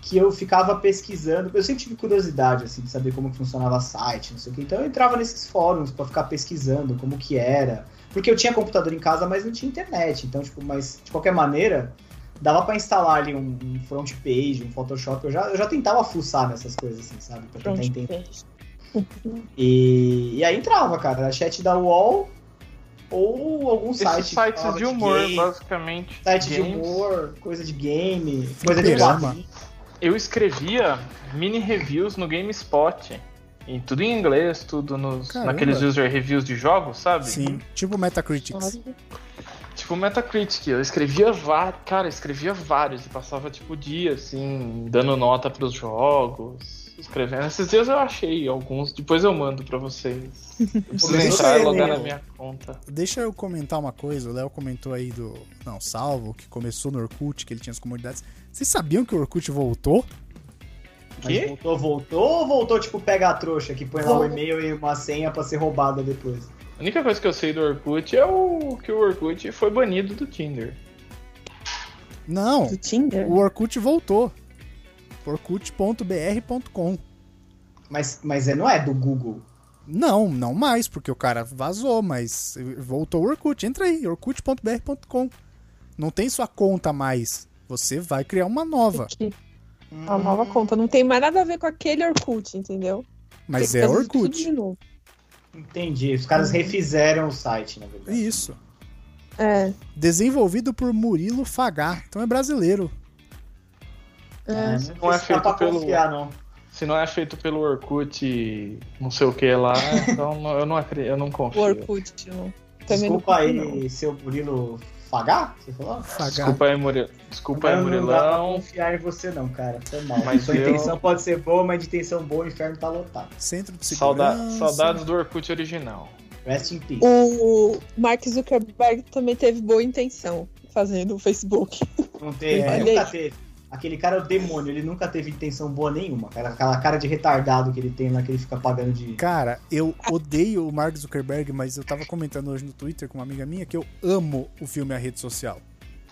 que eu ficava pesquisando. Eu sempre tive curiosidade, assim, de saber como que funcionava site, não sei o que. Então eu entrava nesses fóruns pra ficar pesquisando como que era. Porque eu tinha computador em casa, mas não tinha internet. Então, tipo, mas de qualquer maneira, dava pra instalar ali um, um front page, um Photoshop. Eu já, eu já tentava fuçar nessas coisas, assim, sabe? Pra tentar pronto. entender. E, e aí entrava, cara, era chat da UOL ou algum Esses Um site. que sites falava de humor, game, basicamente. Site de Games. humor, coisa de game, coisa de né? Fliperama. quadrinho. Eu escrevia mini reviews no GameSpot. E tudo em inglês, tudo nos, Caramba. naqueles user reviews de jogos, sabe? Sim, tipo Metacritics. Tipo Metacritic, eu escrevia vários. Cara, eu escrevia vários e passava tipo o dia, assim, dando nota pros jogos. Escrevendo. Esses dias eu achei alguns, depois eu mando pra vocês. Eu preciso Deixa entrar e ele. logar na minha conta. Deixa eu comentar uma coisa, o Léo comentou aí do Não Salvo, que começou no Orkut, que ele tinha as comunidades. Vocês sabiam que o Orkut voltou? Mas Que? voltou, voltou, ou voltou, tipo, pega a trouxa que põe lá o e-mail e uma senha pra ser roubada depois? A única coisa que eu sei do Orkut é o que o Orkut foi banido do Tinder. Não, Do Tinder? né? o Orkut voltou. Orkut.br.com. Mas, mas é- não é do Google. Não, não mais, porque o cara vazou, mas voltou o Orkut. Entra aí, orkut.br.com. Não tem sua conta mais. Você vai criar uma nova. Uma Hum. nova conta. Não tem mais nada a ver com aquele Orkut, entendeu? Mas Tem é que fazer tudo Orkut. de novo. Entendi. Os Uhum. caras refizeram o site, na verdade. Isso. É. Desenvolvido por Murilo Fagá. Então é brasileiro. É, Não é dá feito pra pelo- confiar, não. Se não é feito pelo Orkut, não sei o que lá, então não- eu não acredito, eu não O confio. Orkut. não. Também Desculpa aí, né? não. seu Murilo Fagá? Você falou? Fagá. Desculpa aí, Murilo. Desculpa aí, Não, Não dá pra Murilão. confiar em você não, cara. Foi mal. Mas Sua eu- intenção pode ser boa, mas de intenção boa o inferno tá lotado. Centro de Sauda- Segurança. saudades do Orkut original. Rest in peace. O Mark Zuckerberg também teve boa intenção fazendo o Facebook. Não teve, É. nunca teve. Aquele cara é o demônio, ele nunca teve intenção boa nenhuma, cara. Aquela cara de retardado que ele tem lá, que ele fica pagando de... Cara, eu odeio o Mark Zuckerberg, mas eu tava comentando hoje no Twitter com uma amiga minha que eu amo o filme A Rede Social.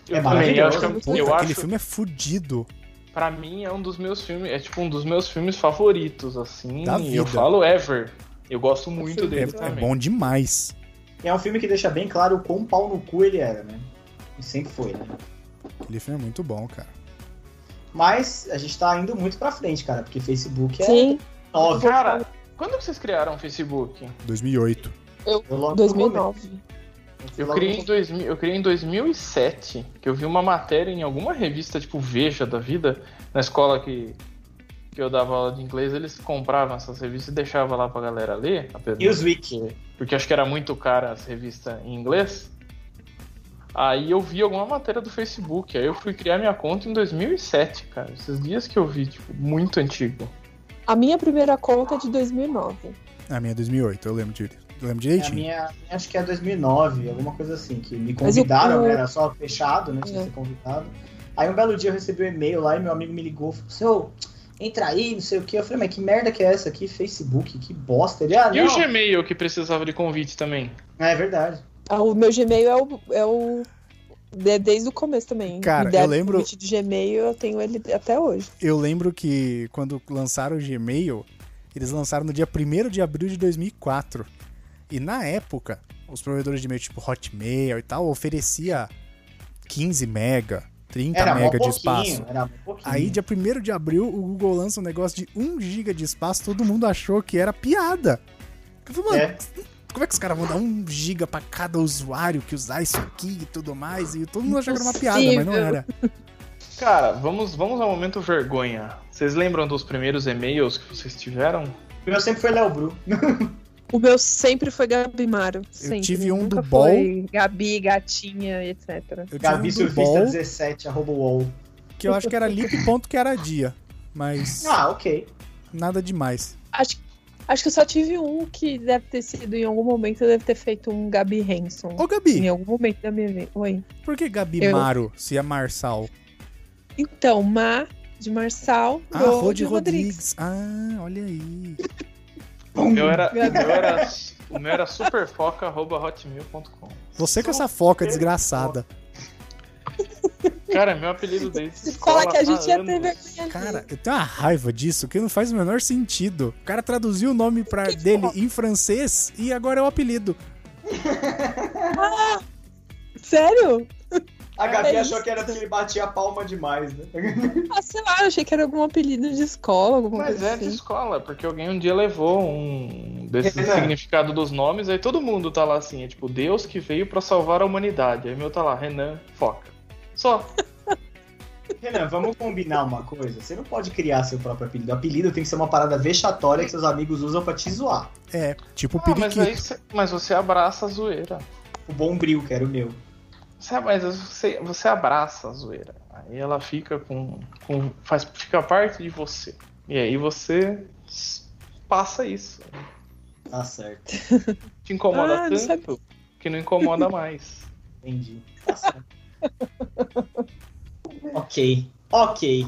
Eu É também, eu acho maravilhoso. que Puta, eu aquele acho, filme é fudido. pra mim é um dos meus filmes, é tipo um dos meus filmes favoritos, assim. Da e eu vida. falo ever. Eu gosto muito É, dele é também. bom demais. E é um filme que deixa bem claro o quão pau no cu ele era, né? E sempre foi, né? Aquele filme é muito bom, cara. Mas a gente tá indo muito pra frente, cara, porque Facebook é Sim, nove. Cara, quando que vocês criaram o Facebook? 2008. Eu logo no 2009. começo, Eu logo criei, no em 2000, eu criei em 2007, que eu vi uma matéria em alguma revista, tipo Veja da Vida, na escola que, que eu dava aula de inglês, eles compravam essas revistas e deixavam lá pra galera ler, apesar- Newsweek. porque acho que era muito cara as revistas em inglês. Aí eu vi alguma matéria do Facebook, aí eu fui criar minha conta em 2007, cara. Esses dias que eu vi, tipo, muito antigo. A minha primeira conta é de 2009. A minha é 2008, eu lembro direito. Eu lembro É A direitinho. minha, a minha acho que é 2009, alguma coisa assim, que me Mas É. o- convidaram, o- né? era só fechado, né? Tinha que ser convidado. Aí um belo dia eu recebi um e-mail lá e meu amigo me ligou, falou, seu, entra aí, não sei o quê. Eu falei, mas que merda que é essa aqui? Facebook, que bosta. Ele, ah, E o não, Gmail que precisava de convite também. é verdade. Ah, O meu Gmail é o. É o... de- Desde o começo também. Cara, Me deram eu lembro- convite de Gmail, eu tenho ele até hoje. Eu lembro que quando lançaram o Gmail, eles lançaram no dia 1 de abril de 2004. E na época, os provedores de e-mail tipo Hotmail e tal oferecia 15 mega, 30 Era mó mega de pouquinho, espaço. era mó pouquinho. Aí, dia 1 de abril, o Google lança um negócio de 1 GB de espaço, todo mundo achou que era piada. Eu falei, mano, É. como é que os caras vão dar 1 GB pra cada usuário que usar isso aqui e tudo mais? E todo mundo achou que era uma piada, mas não Impossível. era. Cara, vamos, vamos ao momento vergonha. Vocês lembram dos primeiros e-mails que vocês tiveram? O meu sempre foi Léo Bru. O meu sempre foi Gabi Maro. sempre. tive um do Nunca Ball. foi Gabi, gatinha, etc. Eu tive Gabi um do Surfista Ball, 17, arroba UOL. que eu acho que era lip ponto que era dia. Mas Ah, ok. nada demais. Acho, acho que eu só tive um que deve ter sido, em algum momento, eu deve ter feito um Gabi Henson. Ô, Em Gabi, algum momento da minha vida. Oi. por que Gabi Eu- Maro se é Marçal? Então, Ma de Marçal, Ah, Rô Rod de Rodrigues. Rodrigues. Ah, olha aí. O meu era, o Meu Deus. meu era, o meu era superfoca.hotmail.com. Você com essa foca desgraçada. Cara, meu apelido desde Escola que a há gente ia ter anos. vergonha. Cara, eu tenho uma raiva disso que não faz o menor sentido. O cara traduziu o nome pra dele em francês e agora é o apelido. Sério? A Gabi É achou isso. que era porque ele batia a palma demais, né? Ah, sei lá, eu achei que era algum apelido de escola, alguma Mas coisa é de assim. escola, porque alguém um dia levou um desse É. Renan. significado dos nomes, aí todo mundo tá lá assim, é tipo, Deus que veio pra salvar a humanidade. Aí meu tá lá, Renan, foca. Só. Renan, vamos combinar uma coisa. Você não pode criar seu próprio apelido. Apelido tem que ser uma parada vexatória que seus amigos usam pra te zoar. É, tipo o Ah, mas, periquito. aí cê- mas você abraça a zoeira. O Bombril, que era o meu. Você, mas você, você abraça a zoeira. Aí ela fica com. com faz, fica parte de você. E aí você s- passa isso. Tá certo, Te incomoda Ah, não tanto sabia. que não incomoda mais. entendi. Tá certo. ok, ok.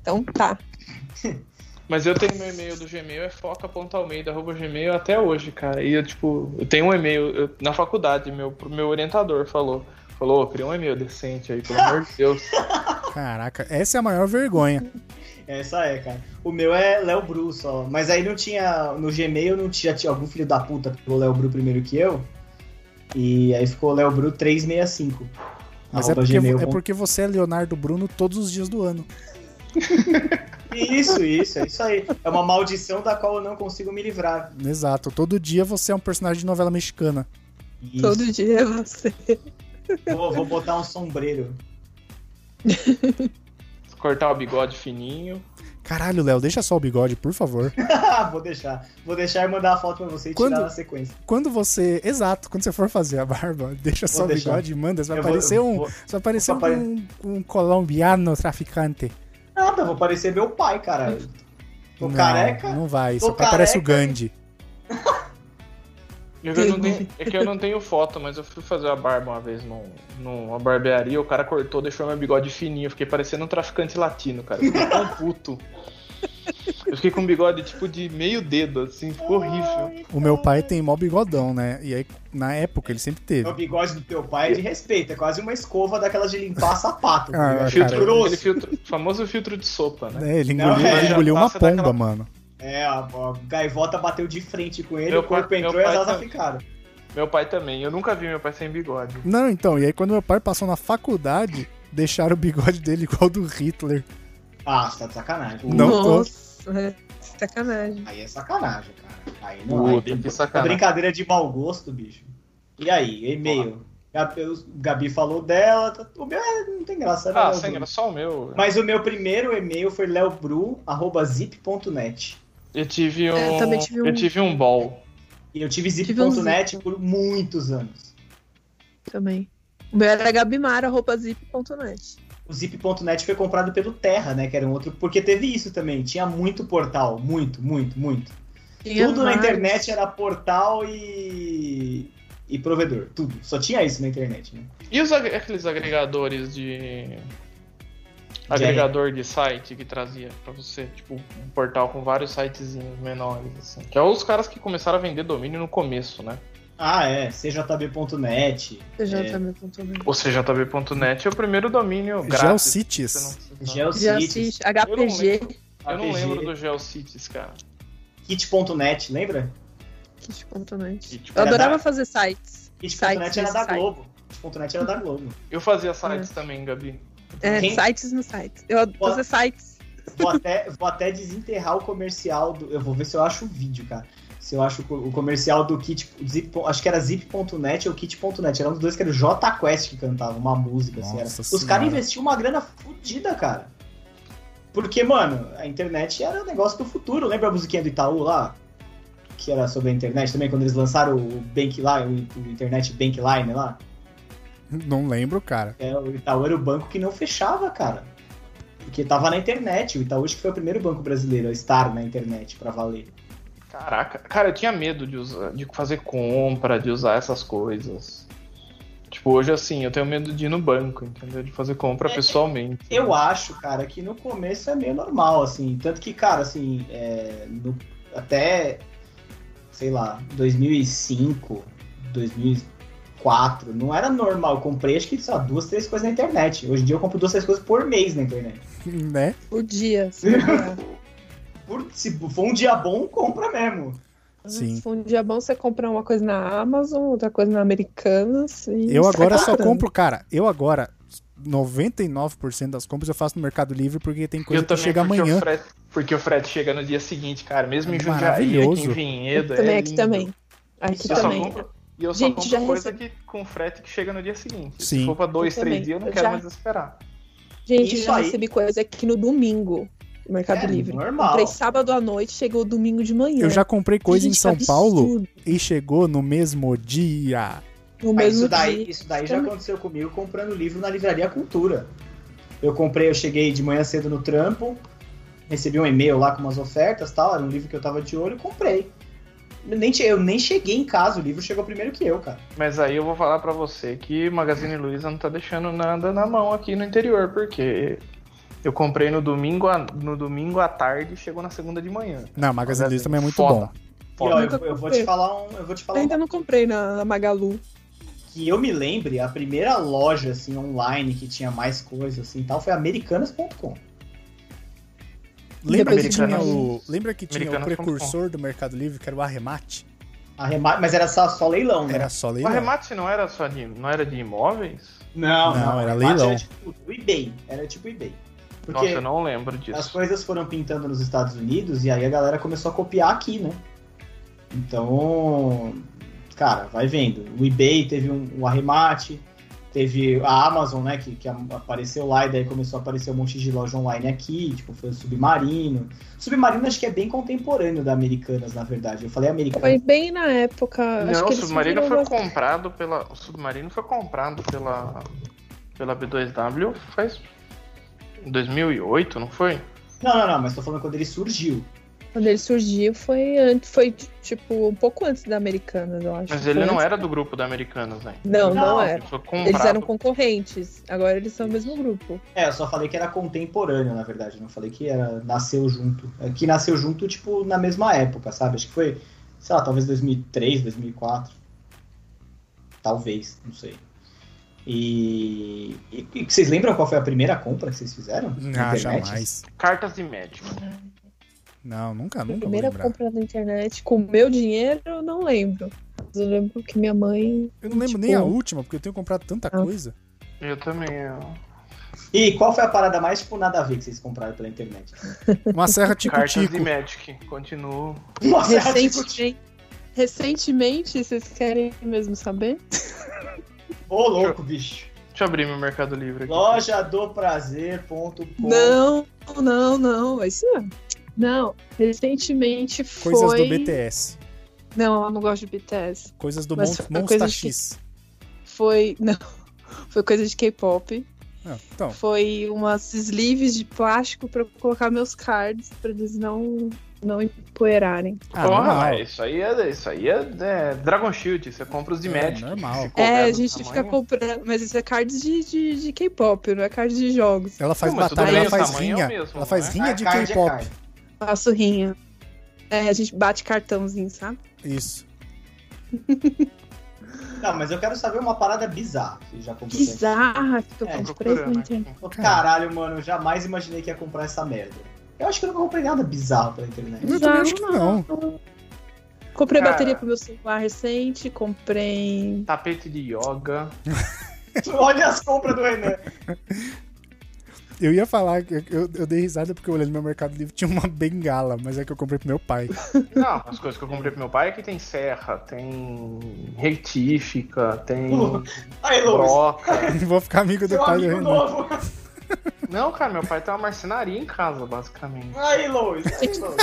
Então tá. Mas eu tenho meu e-mail do Gmail, é foca.almeida.gmail até hoje, cara. E eu, tipo, eu tenho um e-mail eu- na faculdade, meu, pro meu orientador falou. Falou, "Ô, cria um e-mail decente aí, pelo amor de Deus. Caraca, essa é a maior vergonha. Essa é, cara. O meu é Léo Bru só. Mas aí não tinha. No Gmail não tinha, tinha algum filho da puta que pegou Léo Bru primeiro que eu. E aí ficou Léo Bru 365. Mas é arroba porque, gmail é ponto- porque você é Leonardo Bruno todos os dias do ano. Isso, isso, é isso aí. É uma maldição da qual eu não consigo me livrar. Exato, todo dia você é um personagem de novela mexicana. Isso. Todo dia é você. Vou, vou botar um sombreiro. Cortar o bigode fininho. Caralho, Léo, deixa só o bigode, por favor. vou deixar. Vou deixar e mandar a foto pra você e Quando- tirar na sequência. Quando você. Exato, quando você for fazer a barba, deixa só o deixar. bigode e manda. Você vai Eu vou- parecer um. vou- Você vai parecer vou apare- um, um colombiano traficante. Nada, vou parecer meu pai, cara. Tô não, careca. Não vai, Tô você parece o careca. Gandhi. É que, eu não tenho, é que eu não tenho foto, mas eu fui fazer a barba uma vez num- numa barbearia, o cara cortou, deixou meu bigode fininho, eu fiquei parecendo um traficante latino, cara. Eu fiquei tão puto. Eu fiquei com um bigode tipo de meio dedo, assim, ficou horrível. O meu pai tem mó bigodão, né? E aí, na época, ele sempre É O teve. bigode do teu pai é de respeito, é quase uma escova daquelas de limpar sapato. Ah, tá ligado? cara. Filtro, Grosso. aquele filtro, famoso filtro de sopa, né? É, ele Não, engoliu, é, ele já engoliu uma passa pomba, daquela- mano. É, a, a gaivota bateu de frente com ele, Meu o corpo pai- meu entrou e as pai asas tá- ficaram. Meu pai também, eu nunca vi meu pai sem bigode. Não, então, e aí quando meu pai passou na faculdade, deixaram o bigode dele igual ao do Hitler. Ah, você tá de sacanagem. Não tô. Nossa, é sacanagem. Aí é sacanagem, cara. Aí não aí, Puta, que É sacanagem. brincadeira de mau gosto, bicho. E aí, e-mail? Gabi, o Gabi falou dela, tá- o meu é- não tem graça. né, Ah, Léo sem Bru? graça, só o meu. Mas o meu primeiro e-mail foi leobru.zip.net. Eu tive um. eu também tive um- Eu tive um ball. E eu tive Tive um zip.net por muitos anos. Também. O meu era gabimara.zip.net. O zip.net foi comprado pelo Terra, né? Que era um outro. Porque teve isso também. Tinha muito portal. Muito, muito, muito. Tinha tudo na vários. internet era portal e. e provedor. Tudo. Só tinha isso na internet, né? E os, ag- aqueles agregadores de. Agregador de site que trazia pra você, tipo, um portal com vários sitezinhos menores, assim. Que é os caras que começaram a vender domínio no começo, né? Ah, é. CJB.net. TJM.net. O CJB.net é o primeiro domínio Já grátis. é o Cities. que você não precisa- Já GeoCities. assiste. HPG. Eu não APG, lembro do GeoCities, cara. Kit.net, lembra? Kit.net. Kit.net. Eu adorava fazer sites. Sites, Kit.net era da sites. Globo. Kit.net era da Globo. Eu fazia sites também, Gabi. É, Quem- sites no sites. Eu adoro Boa. fazer sites. Vou até, vou até desenterrar o comercial do. Eu vou ver se eu acho o vídeo, cara. Se eu acho o comercial do Kit. Zip, acho que era zip.net ou kit.net. Era um dos dois que era o J Quest que cantava uma música. Assim, Nossa era. Os Senhora. caras investiam uma grana fodida, cara. Porque, mano, a internet era o negócio do futuro. Lembra a musiquinha do Itaú lá? Que era sobre a internet também, quando eles lançaram o Bankline, o, o Internet Bankline lá. Não lembro, cara. É, o Itaú era o banco que não fechava, cara. Porque tava na internet. O Itaú acho que foi o primeiro banco brasileiro a estar na internet pra valer. Caraca, cara, eu tinha medo de usar, de fazer compra, de usar essas coisas. Tipo, hoje assim, eu tenho medo de ir no banco, entendeu? De fazer compra É, pessoalmente. Eu acho, cara, que no começo é meio normal, assim. Tanto que, cara, assim, é, no- até, sei lá, 2005, 2004, não era normal. Eu comprei, acho que, sei lá, duas, três coisas na internet. Hoje em dia eu compro duas, três coisas por mês na internet. Né? O dia. assim, Por- se for um dia bom, compra mesmo. Sim. Se for um dia bom, você comprar uma coisa na Amazon, outra coisa na Americanas. assim, e Eu sai agora só comprando. compro, cara, eu agora, 99% das compras eu faço no Mercado Livre porque tem coisa eu que também, chega porque amanhã. É O frete, porque o frete chega no dia seguinte, cara. Mesmo em Jundiaí, aqui Maravilhoso. em Vinhedo. Também, é aqui lindo. também. Aqui Eu só também. compro- E eu Gente, só já compro coisa que, com frete que chega no dia seguinte. Sim. Se for pra dois, Eu três também. dias, eu não Eu quero já- mais esperar. Gente, Isso já aí. recebi coisa aqui no domingo no Mercado É Livre. normal. Comprei sábado à noite, chegou domingo de manhã. Eu já comprei coisa Gente, em que São absurdo. Paulo e chegou no mesmo dia. No Ah, mesmo isso daí, dia. isso daí já Também. aconteceu comigo comprando livro na Livraria Cultura. Eu comprei, eu cheguei de manhã cedo no trampo, recebi um e-mail lá com umas ofertas tal, era um livro que eu tava de olho e comprei. Eu nem, che- eu nem cheguei em casa, o livro chegou primeiro que eu, cara. Mas aí eu vou falar pra você que Magazine Luiza não tá deixando nada na mão aqui no interior, porque Eu comprei no domingo, a- no domingo à tarde e chegou na segunda de manhã. Não, Magazine Luiza também é muito Foda. bom. E, ó, Nunca eu, eu vou comprei. te falar um. Eu vou te Eu falar ainda não comprei na, na Magalu. que eu me lembre, a primeira loja assim online que tinha mais coisa assim e tal foi americanas.com. Lembra que, tinha Americanas. o, lembra que tinha o Americanas ponto com. precursor do Mercado Livre, que era o arremate? Arrema- Mas era só, só leilão, né? Era só Uhum. O leilão. arremate não era só de, não era de imóveis? Não, Não, era Arremate leilão. Era tipo o eBay. Era tipo o eBay. Nossa, Porque eu não lembro disso. as coisas foram pintando nos Estados Unidos e aí a galera começou a copiar aqui, né? Então, cara, vai vendo. O eBay teve um, um arremate, teve a Amazon, né, que, que apareceu lá e daí começou a aparecer um monte de loja online aqui, tipo, foi o Submarino. Submarino acho que é bem contemporâneo da Americanas, na verdade. Eu falei Americanas. Foi bem na época. acho Não, o que eles submarino fizeram foi uma- comprado pela. O submarino foi comprado pela. pela B2W faz. em 2008, não foi? Não, não, não, mas tô falando quando ele surgiu. Quando ele surgiu foi antes, foi tipo um pouco antes da Americanas, eu acho. Mas Foi ele não antes- era do grupo da Americanas, né? Não, não, Não, era. Ele foi comprado. Eles eram concorrentes. Agora eles são o mesmo grupo. É, eu só falei que era contemporâneo, na verdade. Não falei que era nasceu junto. É que nasceu junto, tipo, na mesma época, sabe? Acho que foi, sei lá, talvez 2003, 2004. Talvez, não sei. E, e, e vocês lembram qual foi a primeira compra que vocês fizeram? Ah, jamais. Cartas de médico. Não, nunca, Minha nunca vou primeira lembrar. compra na internet com o meu dinheiro, eu não lembro. Mas Eu lembro que minha mãe. Eu não lembro nem a Tipo- última, porque eu tenho comprado tanta Ah. coisa. Eu também. eu- E qual foi a parada mais, tipo, nada a ver que vocês compraram pela internet? Uma serra Cartas tico-tico. de Magic. Continuo. Uma serra de cuti- Recentemente, recentemente, vocês querem mesmo saber? tipo, Ô, louco, bicho. Deixa eu abrir meu Mercado Livre aqui. Lojadoprazer.com Não, não, não. Isso não. Não, recentemente foi. Coisas do BTS. Não, ela não gosta de BTS. Coisas do Mas Mon foi Monsta coisa de que- X. Foi. Não. Foi coisa de K-pop. Ah, então, Foi umas sleeves de plástico pra eu colocar meus cards pra eles não, não empoeirarem. ah, Porra, normal. mas isso aí, é, isso aí é, é Dragon Shield. Você compra os de É, Magic. normal. Se couber É, a do gente tamanho- fica comprando. Mas isso é cards de, de, de K-pop, não é card de jogos. Ela faz Não, mas tudo batalha, ela bem, o faz tamanho é o rinha. mesmo, ela faz não é? rinha de Card é K-pop. card. Faço rinha. É, a gente bate cartãozinho, sabe? Isso. Não, mas eu quero saber uma parada bizarra. que já comprou Bizarra que eu É, comprei na procurando internet. Pô, Caralho, mano, eu jamais imaginei que ia comprar essa merda. Eu acho que eu nunca comprei nada bizarro pela internet. Eu também acho que não. Comprei Cara. bateria pro meu celular recente, comprei. Tapete de yoga. Olha as compras do Renan. Eu ia falar, que eu, eu- eu dei risada porque eu olhei no meu Mercado Livre tinha uma bengala, mas é que eu comprei pro meu pai. Não, as coisas que eu comprei pro meu pai é que tem serra, tem retífica, tem Pô, Aí, Lucas, broca. Vou ficar amigo do seu pai do amigo Renan. novo. Não, cara, meu pai tem uma marcenaria em casa, basicamente. Aí, Lois. Aí, Lois.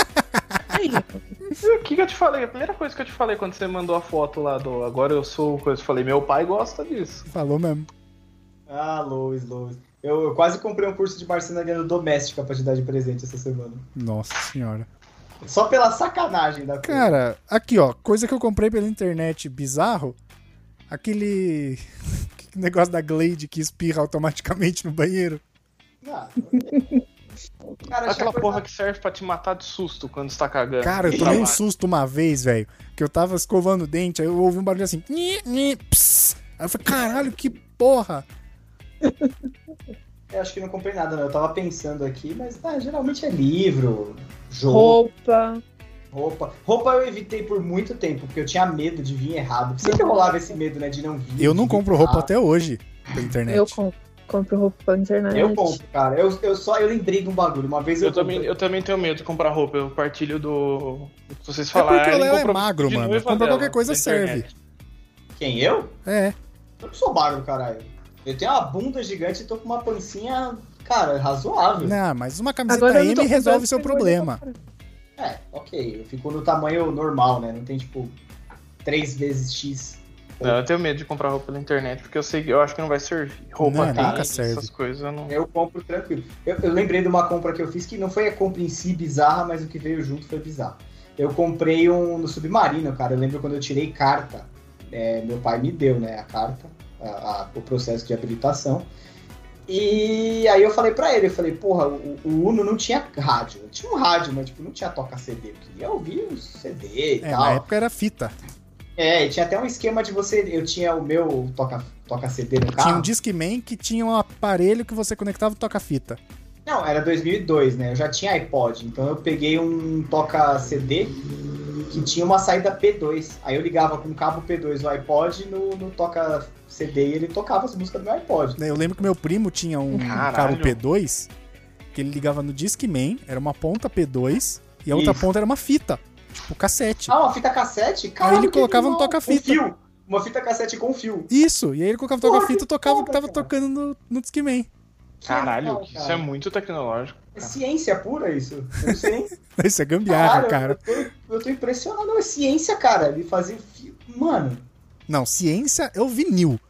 Aí, O que, que eu te falei? A primeira coisa que eu te falei quando você mandou a foto lá do Agora Eu Sou, coisa, eu falei, meu pai gosta disso. Falou mesmo. Ah, Lois, Lois. Eu, eu quase comprei um curso de marcenaria doméstica pra te dar de presente essa semana. Nossa senhora. Só pela sacanagem da coisa. Cara, aqui ó, coisa que eu comprei pela internet bizarro, aquele aquele negócio da Glade que espirra automaticamente no banheiro. Ah, cara, Aquela já- porra que serve pra te matar de susto quando você tá cagando. Cara, É. eu tomei um susto uma vez, velho, que eu tava escovando o dente, aí eu ouvi um barulho assim, nhi, nhi, ps. Aí eu falei, caralho, que porra. Eu acho que não comprei nada, não. Eu tava pensando aqui, mas ah, geralmente é livro, jogo. roupa. Roupa. Roupa eu evitei por muito tempo, porque eu tinha medo de vir errado. Sempre rolava esse medo, né? De não vir. Eu não de compro vir roupa errado. até hoje pela internet. Ah. Eu compro, compro roupa pela internet. Eu compro, cara. Eu, eu só eu lembrei de um bagulho. Uma vez eu, Eu também, comprei- eu também tenho medo de comprar roupa. Eu partilho do. se Vocês É porque o falarem. Léo é compro- magro, de mano. noiva Compra dela qualquer coisa, na internet. serve. Quem? Eu? É. Eu não sou magro, caralho. Eu tenho uma bunda gigante e tô com uma pancinha, cara, razoável. Não, mas uma camiseta Agora eu não tô M resolve comprando seu coisa problema. É, ok. Eu fico no tamanho normal, né? Não tem, tipo, três vezes X. Não, eu tenho medo de comprar roupa na internet, porque eu sei que eu acho que não vai servir. Roupa Não, tem, nunca serve. essas coisas eu não. Eu compro tranquilo. Eu, eu lembrei de uma compra que eu fiz que não foi a compra em si bizarra, mas o que veio junto foi bizarro. Eu comprei um no Submarino, cara. Eu lembro quando eu tirei carta. É, meu pai me deu, né, a carta, a- a- o processo de habilitação. E aí eu falei pra ele, eu falei, porra, o, o Uno não tinha rádio. Tinha um rádio, mas tipo, não tinha toca CD. Eu queria ouvir um CD e É, tal. na época era fita. É, e tinha até um esquema de você. Eu tinha o meu toca, toca CD no Tinha Ah. carro. um Discman que tinha um aparelho que você conectava e toca-fita. Não, era 2002, né? Eu já tinha iPod, então eu peguei um toca CD que tinha uma saída P2. Aí eu ligava com o cabo P2 no iPod no, no toca CD e ele tocava as músicas do meu iPod. Né, Eu lembro que meu primo tinha um cabo Caralho. P2 que ele ligava no Discman, era uma ponta P2 e a outra Isso. ponta era uma fita, tipo cassete. Ah, uma fita cassete? Caralho, ele que colocava um legal. toca-fita. Com fio. Uma fita cassete com fio. Isso, e aí ele colocava Porra, toca-fita e que tocava o que foda, tava cara. tocando no, no Discman. Que Caralho, legal, isso é muito tecnológico. É ciência pura isso? Eu não sei nem Isso é gambiarra, Caralho, cara. Eu tô, eu tô impressionado. Não, é ciência, cara. Ele fazia. fio- Mano, Não, ciência é o vinil.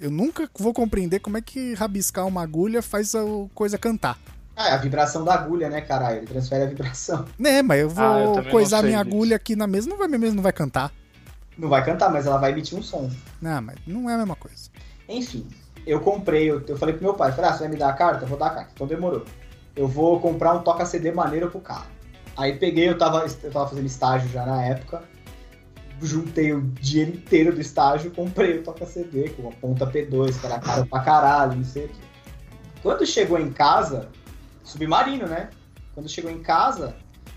Eu nunca vou compreender como é que rabiscar uma agulha faz a coisa cantar. ah, é a vibração da agulha, né, caralho? Ele transfere a vibração. Né, mas eu vou Ah, eu também não coisar sei minha disso. agulha aqui na mesa, não vai, minha mesa não vai cantar. Não vai cantar, mas ela vai emitir um som. Não, mas não é a mesma coisa. Enfim, eu comprei. Eu, eu falei pro meu pai: falei, ah, você vai me dar a carta? Eu vou dar a carta. Então demorou. Eu vou comprar um toca-CD maneiro pro carro. Aí peguei, eu tava, eu tava fazendo estágio já na época. Juntei o dinheiro inteiro do estágio, comprei o toca-CD com uma ponta P2, que era caro pra caralho, não sei o quê. Quando chegou em casa, submarino, né? Quando chegou em casa,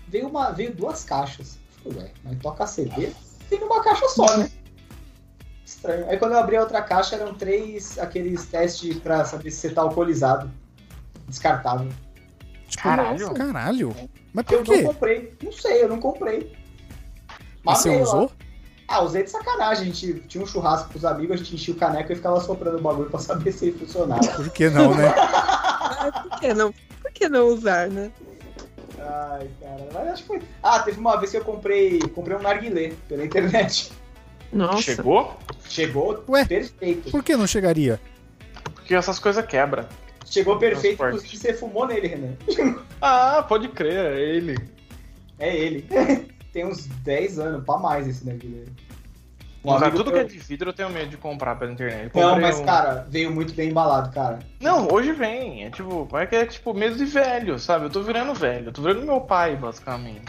veio, uma, veio duas caixas. Eu Falei, ué, mas toca CD? Vem numa caixa só, né? Estranho. Aí quando eu abri a outra caixa, eram três aqueles testes pra saber se você tá alcoolizado. Descartável. Tipo, Caralho. Caralho. Mas Eu por não quê? comprei. Não sei, eu não comprei. Mas você Mamei lá. usou? Ah, usei de sacanagem. A gente tinha um churrasco com os amigos, a gente enchia o caneco e ficava soprando o bagulho pra saber se ele funcionava. Por que não, né? Por que não? Por que não usar, né? Ai, cara. Mas acho que foi. Ah, teve uma vez que eu comprei. Comprei um narguilé pela internet. Nossa. Chegou? Chegou Ué? perfeito. Por que não chegaria? Porque essas coisas quebra. Chegou perfeito, Transporte. inclusive você fumou nele, Renan. Ah, pode crer, é ele. É ele. Tem uns 10 anos, pra mais esse narguilé. Um Mas amigo tudo que é meu- de vidro eu tenho medo de comprar pela internet. Eu Não, comprei mas, um- cara, veio muito bem embalado, cara. Não, hoje vem. É tipo, é que é tipo medo de velho, sabe? Eu tô virando velho. Eu tô virando meu pai, basicamente.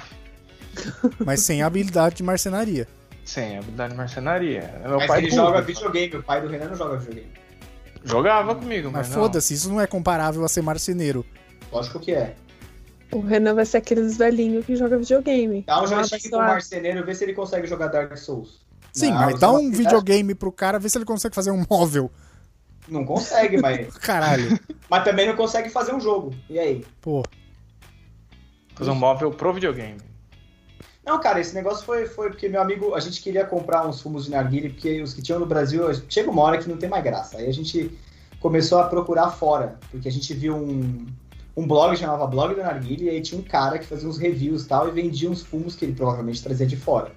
Mas sem a habilidade de marcenaria. Sem habilidade de é marcenaria. É Meu mas pai ele burro. joga videogame, o pai do Renan não joga videogame. Jogava comigo, mas, Mas não. foda-se, isso não é comparável a ser marceneiro. Lógico que é. O Renan vai ser aqueles velhinhos que joga videogame. Dá um Uma joystick pro pessoa- marceneiro, vê se ele consegue jogar Dark Souls. Sim, Não, mas isso dá é uma um habilidade. videogame pro cara, vê se ele consegue fazer um móvel. Não consegue, mas, Caralho. mas também não consegue fazer um jogo. E aí? Pô, Fazer um móvel pro videogame. Não, cara, esse negócio foi, foi porque meu amigo, a gente queria comprar uns fumos de narguilé, porque os que tinham no Brasil, chega uma hora que não tem mais graça. Aí a gente começou a procurar fora, porque a gente viu um, um blog, chamava Blog do Narguilé, e aí tinha um cara que fazia uns reviews e tal, e vendia uns fumos que ele provavelmente trazia de fora.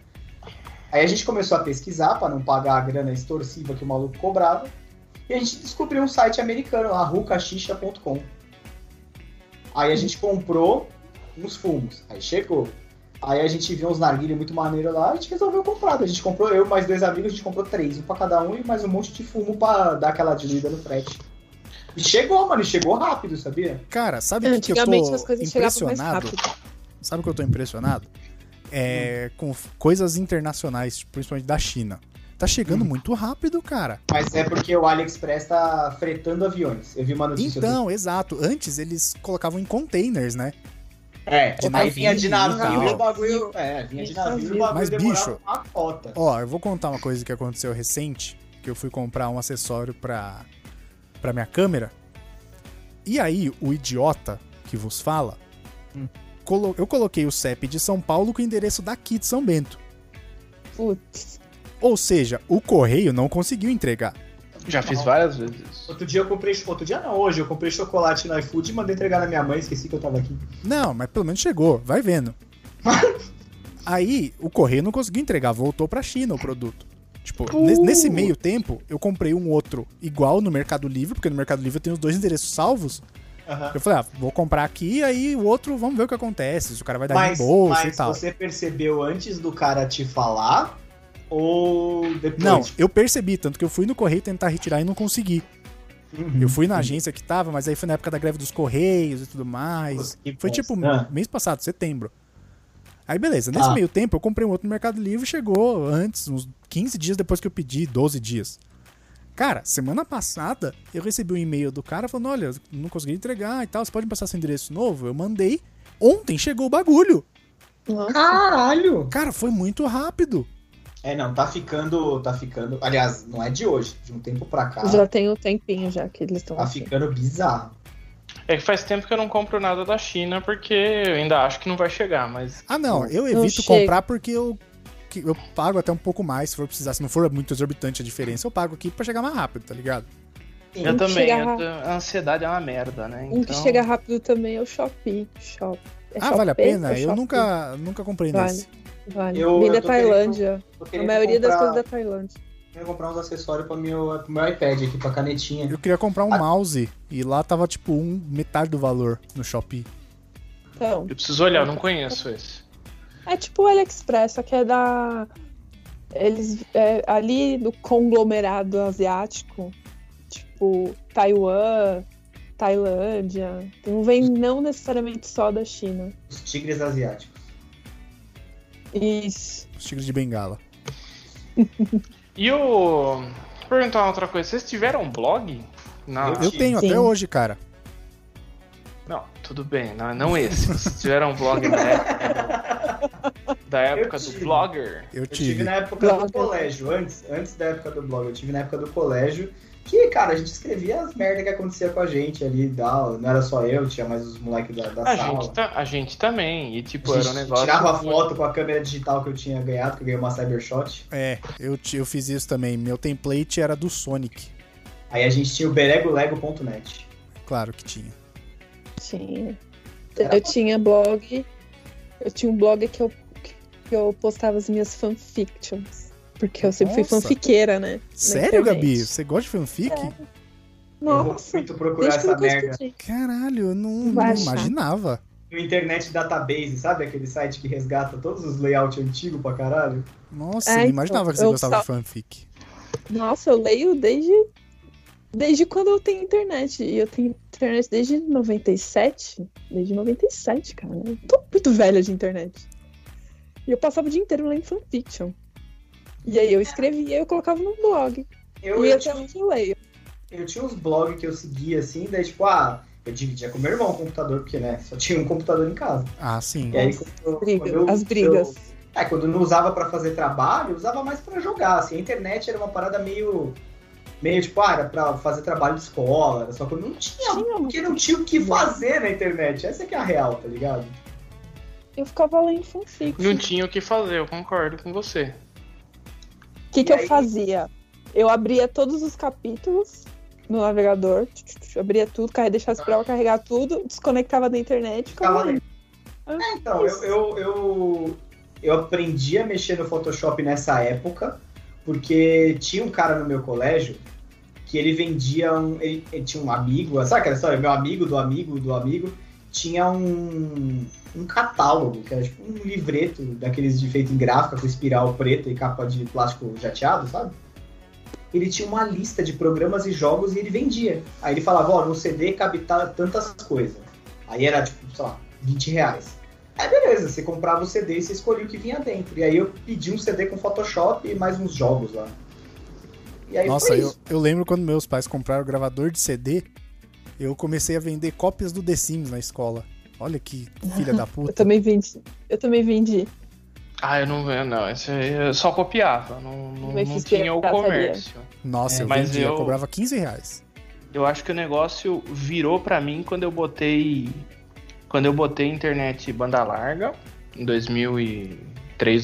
Aí a gente começou a pesquisar para não pagar a grana extorsiva que o maluco cobrava, e a gente descobriu um site americano, lá, rucaxixa.com. Aí a gente comprou uns fumos, aí chegou. Aí a gente viu uns narguilhos muito maneiro lá, a gente resolveu comprar. A gente comprou, eu mais dois amigos, a gente comprou três, um pra cada um e mais um monte de fumo pra dar aquela diluída no frete. E chegou, mano, e chegou rápido, sabia? cara, sabe o que que eu Antigamente tô as coisas chegavam mais Tipo, impressionado? rápido. Sabe o que eu tô impressionado? É com f- coisas internacionais, tipo, principalmente da China. Tá chegando muito rápido, cara. Mas é porque o AliExpress tá fretando aviões. Eu vi uma notícia. Então, exato. Antes eles colocavam em containers, né? é, de aí navio vinha de navio e e tal. o bagulho. É, vinha de navio e o bagulho então. Mas, demorava bicho, uma cota. Ó, eu vou contar uma coisa que aconteceu recente, que eu fui comprar um acessório pra, pra minha câmera. E aí, o idiota que vos fala, colo- eu coloquei o CEP de São Paulo com o endereço daqui de São Bento. Putz. Ou seja, o correio não conseguiu entregar. Já fiz várias vezes isso. Outro dia eu comprei. Outro dia não, hoje eu comprei chocolate no iFood e mandei entregar na minha mãe, esqueci que eu tava aqui. Não, mas pelo menos chegou, vai vendo. Aí, o correio não conseguiu entregar, voltou pra China o produto. Tipo, ne- nesse meio tempo, eu comprei um outro igual no Mercado Livre, porque no Mercado Livre eu tenho os dois endereços salvos. Aham. Eu falei, ah, vou comprar aqui, aí o outro, vamos ver o que acontece, se o cara vai dar Mas, reembolso mas e tal. você percebeu antes do cara te falar? Ou depois? tipo, Não, eu percebi, tanto que eu fui no correio tentar retirar e não consegui. Uhum. Eu fui na agência que tava, mas aí foi na época da greve dos Correios e tudo mais. Pô, que Foi tipo bosta. mês passado, setembro. Aí beleza, nesse Ah. meio tempo eu comprei um outro no Mercado Livre, chegou antes, uns 15 dias depois que eu pedi, 12 dias. Cara, semana passada eu recebi um e-mail do cara falando: olha, não consegui entregar e tal, você pode me passar seu endereço novo? Eu mandei. Ontem chegou o bagulho. Caralho! Cara, foi muito rápido. É, não, tá ficando. Tá ficando. Aliás, não é de hoje, de um tempo pra cá. Já tem um tempinho já que eles estão Tá assim. ficando bizarro. É que faz tempo que eu não compro nada da China, porque eu ainda acho que não vai chegar, mas. Ah, não, eu Não evito chega. comprar porque eu, que eu pago até um pouco mais se for precisar. Se não for muito exorbitante a diferença, eu pago aqui pra chegar mais rápido, tá ligado? Eu Um que também, chega eu ra- tô- a ansiedade é uma merda, né? Um que Então- chega rápido também é o Shopee. Shop. é ah, vale a Shopee pena? ou Eu Shopee? nunca, nunca comprei Vale. nesse. Vale. Eu- Vem eu da tô querendo- Tailândia. Tô A querendo maioria das comprar- coisas é da Tailândia. querendo comprar uns acessórios pro meu, pro meu iPad aqui, pra canetinha. Eu queria comprar um Ah. mouse e lá tava tipo um metade do valor no Shopee. Então, Eu preciso olhar, eu não conheço esse. é tipo o AliExpress, só que é da. Eles. é ali do conglomerado asiático, tipo Taiwan, Tailândia. Não vem não necessariamente só da China. Os tigres asiáticos. Isso. Os tigres de bengala. E o. Vou perguntar uma outra coisa. Vocês tiveram um blog? Não, Eu Sim. tenho Sim. até hoje, cara. não tudo bem. Não, não esse. Vocês tiveram um blog na época do, da época do tive. blogger? Eu Eu tive tive. né? na época do Blog. colégio, antes, antes da época do blog, eu tive na época do colégio, que, cara, a gente escrevia as merdas que acontecia com a gente ali e tal. Não era só eu, tinha mais os moleques da, da A sala. gente, tá, a gente também. E tipo, A era um gente negócio. tirava foto com a câmera digital que eu tinha ganhado, que eu ganhei uma Cybershot. É, eu, ti- eu fiz isso também. Meu template era do Sonic. Aí a gente tinha o beregolego.net. Claro que tinha. Tinha. Eu tinha blog. Eu tinha um blog que eu, que eu postava as minhas fanfictions. Porque eu sempre Nossa. fui fanfiqueira, né? Na Sério, internet. Gabi? Você gosta de fanfic? É. Eu vou Nossa, muito procurar desde que eu essa nunca merda estudei. Caralho, eu não, Vai não achar. imaginava. no Internet Database, sabe? Aquele site que resgata todos os layouts antigos pra caralho. Nossa, É, eu não então, imaginava que você eu gostava só- de fanfic. Nossa, eu leio desde, desde quando eu tenho internet. E eu tenho internet desde 97. Desde 97, cara. Eu tô muito velha de internet. E eu passava o dia inteiro lendo fanfiction. E aí eu escrevia e eu colocava no blog. Eu, e eu, até tinha, hoje eu leio. eu tinha uns blogs que eu seguia assim, daí tipo, ah, eu dividia com meu irmão o computador, porque né, só tinha um computador em casa. Ah, sim. E aí, Nossa, quando- briga, quando eu- as brigas. eu- é, quando eu não usava pra fazer trabalho, eu usava mais pra jogar. Assim, a internet era uma parada meio. meio tipo, ah, era pra fazer trabalho de escola, era só que eu não tinha. um Porque não tinha o que fazer na internet. Essa que é a real, tá ligado? Eu ficava lendo fanfic. Não tinha o que fazer, eu concordo com você. O que, que E eu aí? fazia? Eu abria todos os capítulos no navegador, tch, tch, tch, abria tudo, carre- deixava esperar carregar tudo, desconectava da internet e ficava Ficava lendo. É, então, eu, eu, eu, eu aprendi a mexer no Photoshop nessa época, porque tinha um cara no meu colégio que ele vendia um. Ele, ele tinha um amigo, sabe aquela história? Meu amigo do amigo do amigo tinha um, um catálogo, que era tipo um livreto daqueles de feito em gráfica, com espiral preta e capa de plástico jateado, sabe? Ele tinha uma lista de programas e jogos e ele vendia. Aí ele falava, ó, no CD cabe ta- tantas coisas. Aí era tipo, sei lá, 20 reais. Aí beleza, você comprava o CD e você escolhia o que vinha dentro. E aí eu pedi um CD com Photoshop e mais uns jogos lá. E aí Nossa, foi eu, isso. eu lembro quando meus pais compraram o gravador de CD, eu comecei a vender cópias do The Sims na escola. Olha que filha da Eu puta. também vendi. Eu também vendi. Ah, eu não não. Esse aí eu só copiava. Não, não, Mas não isso tinha é o pirataria. comércio. Nossa, É, eu mas vendia, eu... eu- cobrava 15 reais. Eu acho que o negócio virou pra mim quando eu botei quando eu botei internet banda larga em 2003,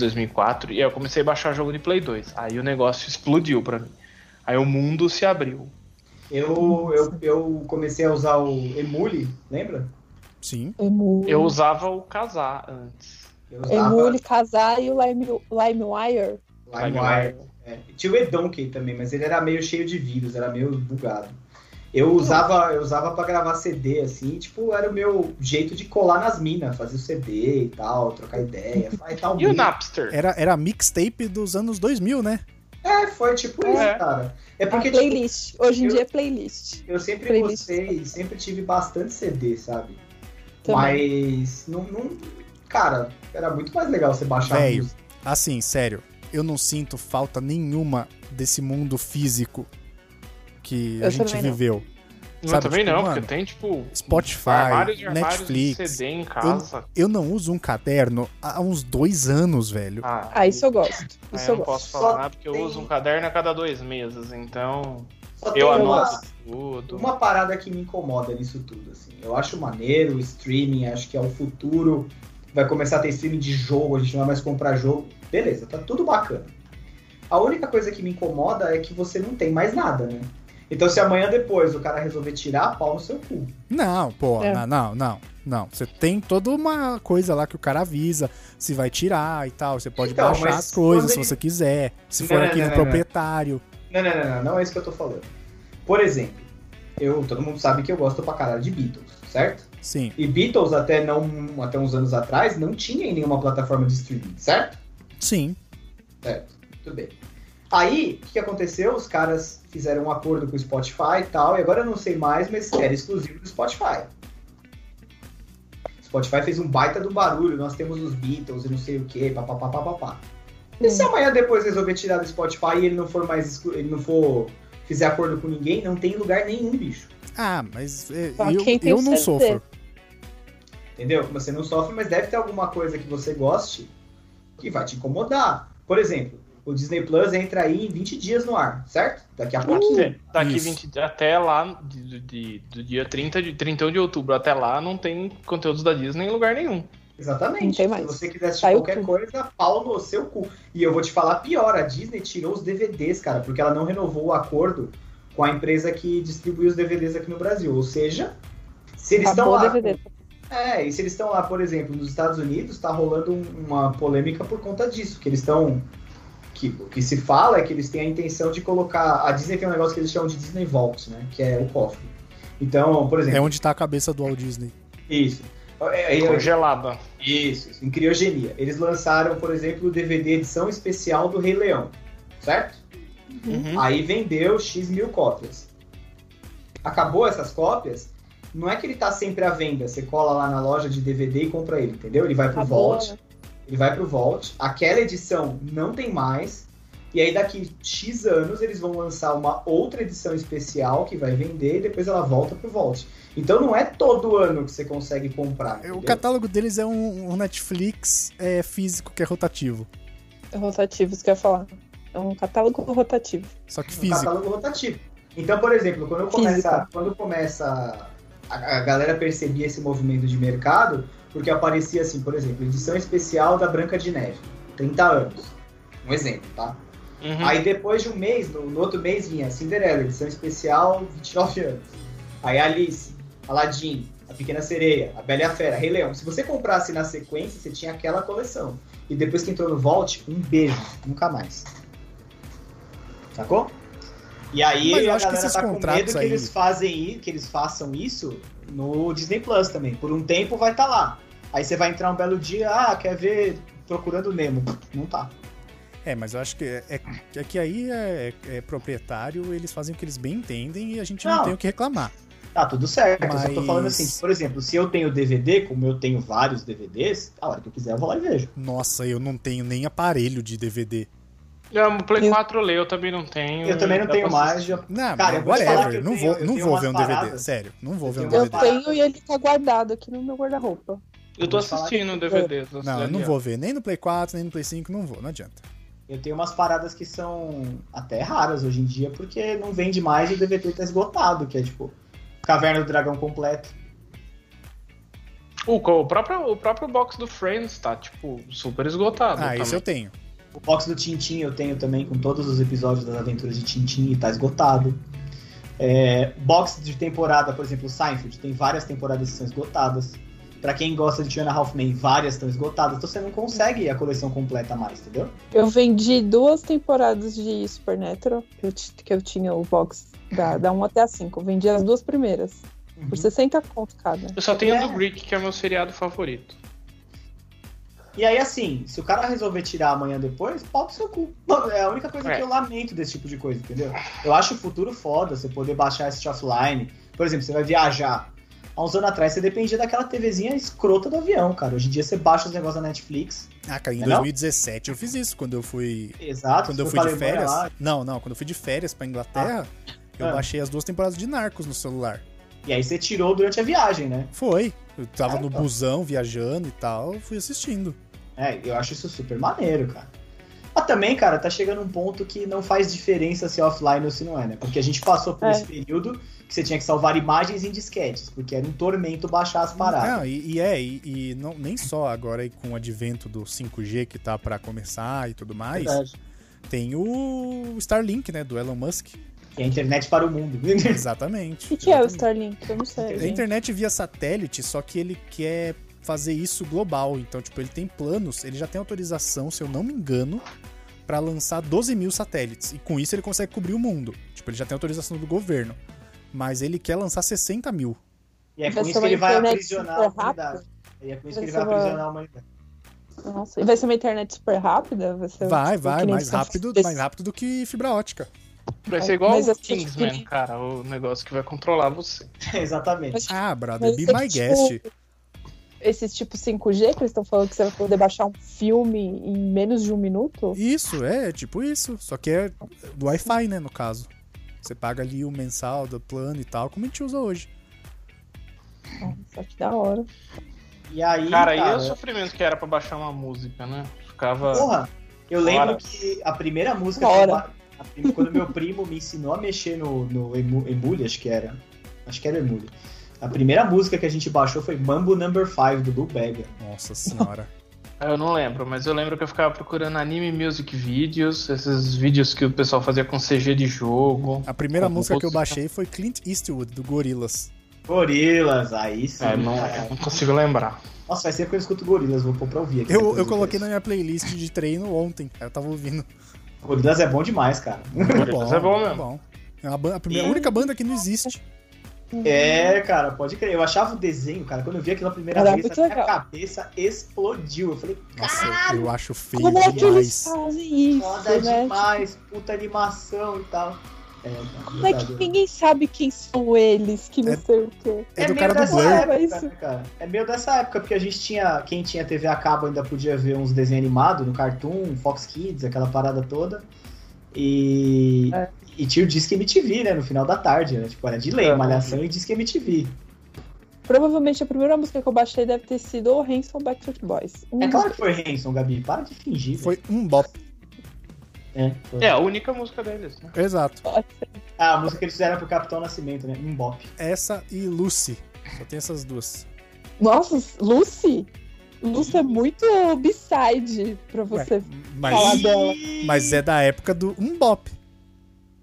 2004 e aí eu comecei a baixar jogo de Play 2. Aí o negócio explodiu pra mim. Aí o mundo se abriu. Eu, eu, eu comecei a usar o Emule, lembra? Sim. Emule, Eu usava o casar antes. Eu usava Emule Casar e o Lime, LimeWire. LimeWire. É, Tinha o Edonkey também, mas ele era meio cheio de vírus, era meio bugado. Eu usava, eu usava para gravar CD, assim, tipo, era o meu jeito de colar nas minas, fazer o CD e tal, trocar ideia, faz tal. E o música. É, Napster? Era, era a mixtape dos anos 2000, né? É, foi tipo É. isso, cara. É porque, É tipo, playlist. Hoje em eu- dia é playlist. eu sempre playlist. gostei, sempre tive bastante CD, sabe? Também. Mas, não, não- Cara, era muito mais legal você baixar Velho. música. Assim, sério, eu não sinto falta nenhuma desse mundo físico que a Eu gente também não. viveu. Eu Sabe, também tipo, não, mano, porque tem, tipo, Spotify, armário de armários Netflix. de CD em casa. Eu não uso um caderno há uns dois anos, velho. Ah, Ah, isso eu gosto. aí Isso eu eu gosto. não posso gosto. falar Só nada, porque eu tem- uso um caderno a cada dois meses, então Só tem eu uma, anoto tudo. uma parada que me incomoda nisso tudo, assim. Eu acho maneiro o streaming, acho que é o futuro. Vai começar a ter streaming de jogo, a gente não vai mais comprar jogo. Beleza, tá tudo bacana. A única coisa que me incomoda é que você não tem mais nada, né? Então se amanhã depois o cara resolver tirar, pau no seu cu. Não, pô, É. não, não, não. Não, você tem toda uma coisa lá que o cara avisa se vai tirar e tal. Você pode Então, baixar mas as coisas se quando ele- Né, você quiser. Se Não, for não, aqui não, no não, não. proprietário. Não, não, não, não, não é isso que eu tô falando. Por exemplo, eu, todo mundo sabe que eu gosto pra caralho de Beatles, certo? Sim. E Beatles até não, até uns anos atrás não tinha em nenhuma plataforma de streaming, certo? Sim. Certo. É, Tudo bem. Aí, o que que aconteceu? Os caras fizeram um acordo com o Spotify e tal, e agora eu não sei mais, mas era exclusivo do Spotify. O Spotify fez um baita do barulho, nós temos os Beatles e não sei o que, papapá, papapá. E se amanhã depois resolver tirar do Spotify e ele não for mais, exclu- ele não for, fizer acordo com ninguém, não tem lugar nenhum, bicho. Ah, mas é, Só eu, quem tem eu o não CD. sofro. Entendeu? Você não sofre, mas deve ter alguma coisa que você goste que vai te incomodar. Por exemplo, o Disney Plus entra aí em 20 dias no ar, certo? Daqui a pouquinho. Até- Daqui Isso. 20 até lá, de- de- do dia 30 de, 31 de outubro até lá, não tem conteúdos da Disney em lugar nenhum. Exatamente. Não tem mais. Se você quiser assistir Saiu qualquer tudo. coisa, pau no seu cu. E eu vou te falar pior, a Disney tirou os DVDs, cara, porque ela não renovou o acordo com a empresa que distribui os DVDs aqui no Brasil. Ou seja, se eles estão Acabou o lá. DVD. É, e se eles estão lá, por exemplo, nos Estados Unidos, tá rolando um- uma polêmica por conta disso, que eles estão. Que, o que se fala é que eles têm a intenção de colocar. A Disney tem um negócio que eles chamam de Disney Vault, né? Que é o cofre. Então, por É exemplo, onde tá a cabeça do Walt Disney. isso. É, é, é, Congelada. isso, isso, em criogenia. Eles lançaram, por exemplo, o DVD edição especial do Rei Leão, certo? Uhum. Aí vendeu X mil cópias. Acabou essas cópias, não é que ele tá sempre à venda, você cola lá na loja de DVD e compra ele, entendeu? Ele vai pro Acabou, Vault, né? ele vai pro Vault, aquela edição não tem mais, e aí daqui X anos eles vão lançar uma outra edição especial que vai vender e depois ela volta pro Vault. Então não é todo ano que você consegue comprar. O entendeu? catálogo deles é um, um Netflix é, físico que é rotativo. Rotativos, que eu ia falar. É um catálogo rotativo. Só que um físico. catálogo rotativo. Então, por exemplo, quando começa, Física. quando começa a, a galera percebia esse movimento de mercado, porque aparecia assim, por exemplo, edição especial da Branca de Neve, 30 anos. Um exemplo, tá? Uhum. Aí depois de um mês, no, no outro mês vinha Cinderela, edição especial, 29 anos. Aí Alice, Aladdin, A Pequena Sereia, A Bela e a Fera, Rei Leão. Se você comprasse na sequência, você tinha aquela coleção. E depois que entrou no Vault, um beijo, nunca mais. Sacou? E aí Mas eu a acho que galera esses tá com medo contratos que aí- eles fazem i- que eles façam isso no Disney Plus também. Por um tempo vai estar lá. Aí você vai entrar um belo dia, ah, quer ver Procurando Nemo. Não tá. É, mas eu acho que é, é- é que aí é, é proprietário, eles fazem o que eles bem entendem e a gente não, Não. tem o que reclamar. Tá, tudo certo. Eu só tô Mas- falando assim, por exemplo, se eu tenho DVD, como eu tenho vários DVDs, a hora que eu quiser eu vou lá e vejo. Nossa, eu não tenho nem aparelho de DVD. Não, o Play Eu- 4 eu leio, eu também não tenho. Eu também não Hum, Dá tenho pra mais, assistir. já Não, Cara, mas eu vou te falar whatever. que eu não tenho- vou, eu não tenho vou umas ver um DVD. paradas. Sério, não vou Eu ver um tenho DVD. Eu umas paradas. tenho e ele tá guardado aqui no meu guarda-roupa. Eu tô assistindo o DVD. é. tô Não, eu assistindo. não assim, vou ver nem no Play 4, nem no Play 5, não vou, não adianta. Tá Eu tenho umas paradas que são até raras hoje em dia, porque não vende mais e o DVD tá esgotado, que é tipo Caverna do Dragão completo. O, co- o próprio, o próprio box do Friends tá, tipo, super esgotado. Ah, tá também. isso eu tenho. O box do Tintim eu tenho também, com todos os episódios das aventuras de Tintim e tá esgotado. É, box de temporada, por exemplo, Seinfeld, tem várias temporadas que são esgotadas. Pra quem gosta de Tiana Halfman, várias estão esgotadas, então você não consegue a coleção completa mais, entendeu? Eu vendi duas temporadas de Supernatural, que eu, ti- que eu tinha o box da, da 1 até a 5. Eu vendi as duas primeiras, Uhum. Uhum. por 60 conto cada. Eu só tenho É. do Greek, que é meu seriado favorito. E aí, assim, se o cara resolver tirar amanhã depois, pau pro seu cu. Mano, É a única coisa É. que eu lamento desse tipo de coisa, entendeu? Eu acho o futuro foda você poder baixar esse offline. Por exemplo, você vai viajar. Há uns anos atrás você dependia daquela TVzinha escrota do avião, cara. Hoje em dia você baixa os negócios da Netflix. Ah, cara, em Não? 2017 eu fiz isso, quando eu fui. Exato. Quando Ah, você eu fui foi pra de Alemanha férias. lá, Não, não, quando eu fui de férias pra Inglaterra, eu Ah. baixei as duas temporadas de narcos no celular. e aí você tirou durante a viagem, né? Foi. Eu tava Ah, no então. busão, viajando e tal, fui assistindo. É, eu acho isso super maneiro, cara. Mas também, cara, tá chegando um ponto que não faz diferença se é offline ou se não é, né? Porque a gente passou por É. esse período que você tinha que salvar imagens em disquetes, porque era um tormento baixar as paradas. Não, e, e é, e, e não, nem só agora aí com o advento do 5G que tá pra começar e tudo mais, Verdade. tem o Starlink, né, do Elon Musk. Que é a internet para o mundo. Exatamente. O que, que é o Exatamente. Starlink? Eu não sei. É gente. internet via satélite, só que ele quer fazer isso global. Então, tipo, ele tem planos, ele já tem autorização, se eu não me engano, pra lançar 12 mil satélites. E com isso ele consegue cobrir o mundo. Tipo, ele já tem autorização do governo. Mas ele quer lançar 60 mil. E é Vai com ser isso que uma ele vai internet aprisionar a super humanidade. E é com isso que Vai ele vai ser uma- aprisionar a humanidade. Nossa, e vai ser uma internet super rápida? Vai, ser, Vai, tipo, vai, que nem mais São rápido, Francisco? mais rápido do que fibra ótica. Vai ser igual Mas o eu senti Kingsman, que- cara, o negócio que vai controlar você. Exatamente. Mas- Ah, brother, Mas be é my tipo- guest. Esses tipo 5G que eles estão falando que você vai poder baixar um filme em menos de um minuto? Isso, é, tipo isso. Só que é do Wi-Fi, né, no caso. Você paga ali o mensal do plano e tal, como a gente usa hoje. Nossa, que da hora. E aí, Cara, cara, e o sofrimento que era pra baixar uma música, né? Ficava. porra, eu lembro Bora. que a primeira música Bora. que eu a prim- quando meu primo me ensinou a mexer no, no emu- Emule, acho que era. Acho que era Emule. A primeira música que a gente baixou foi Mambo Number 5 do Blue Bega. Nossa senhora. Ah, Eu não lembro, mas eu lembro que eu ficava procurando anime music videos, esses vídeos que o pessoal fazia com CG de jogo. A primeira Com música que eu música. baixei foi Clint Eastwood, do Gorillaz. Gorilas, aí sim. É, não, cara. não consigo lembrar. Nossa, faz tempo que eu escuto Gorilas, vou pôr pra ouvir aqui. Eu, depois eu do coloquei na cast. minha playlist de treino ontem. aí Eu tava ouvindo. Gorilas é bom demais, cara. Muito Gorillaz é bom mesmo. Bom. É uma ban- a, primeira, a E- única banda que não existe. É, cara, pode crer. Eu achava o desenho, cara, quando eu vi aquilo a primeira Era vez, muito a minha é legal. cabeça explodiu. Eu falei, Nossa, eu acho feio Como é que eles demais. fazem isso, foda né? demais, puta animação e tal. É, cara, Como é que verdade, ninguém sabe quem são eles, que não É- sei o quê? É do meio cara do dessa Blur. Blur. época, né, cara? É meio dessa época, porque a gente tinha. Quem tinha TV a cabo ainda podia ver uns desenhos animados no Cartoon, Fox Kids, aquela parada toda. E. É. E tinha o Disque MTV, né? No final da tarde, né? Tipo, era de lei, É. malhação e Disque MTV. Provavelmente a primeira música que eu baixei deve ter sido o Hanson Backstreet Boys. Um É dos claro que foi Hanson, Gabi. Para de fingir. Foi um bop. velho. É, foi. É a única música deles, né? Exato. Ah, a música que eles fizeram pro Capitão Nascimento, né? Um bop. Essa e Lucy. Só tem essas duas. Nossa, Lucy? Lucy é muito B-side pra Ué, você. mas, dela. mas é da época do um bop.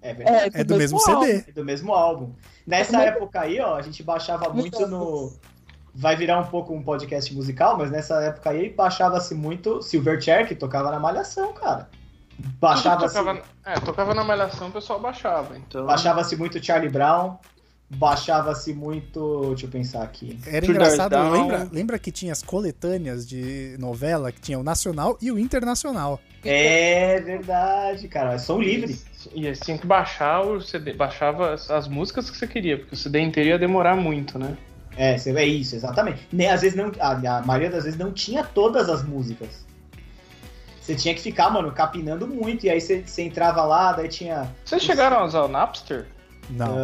É verdade. É, É do mesmo álbum. CD. É do mesmo álbum. Nessa Mas- época aí, ó, a gente baixava muito Nossa. no. Vai virar um pouco um podcast musical, mas nessa época aí baixava-se muito Silverchair, que tocava na Malhação, cara. Baixava-se Tocava, assim. é, tocava na malhação, o pessoal baixava. Então. baixava-se muito Charlie Brown, baixava-se muito. Deixa eu pensar aqui. Era Sugar engraçado. Down. Lembra, lembra que tinha as coletâneas de novela que tinha o nacional e o internacional? É verdade, cara. é Som livre. E eles tinham que baixar o CD, baixava as, as músicas que você queria, porque o CD inteiro ia demorar muito, né? É, cê- é isso, exatamente. Nem, às vezes não, a, a maioria das vezes não tinha todas as músicas. Você tinha que ficar, mano, capinando muito. E aí você você entrava lá, daí tinha. Vocês chegaram a usar o Napster? Não,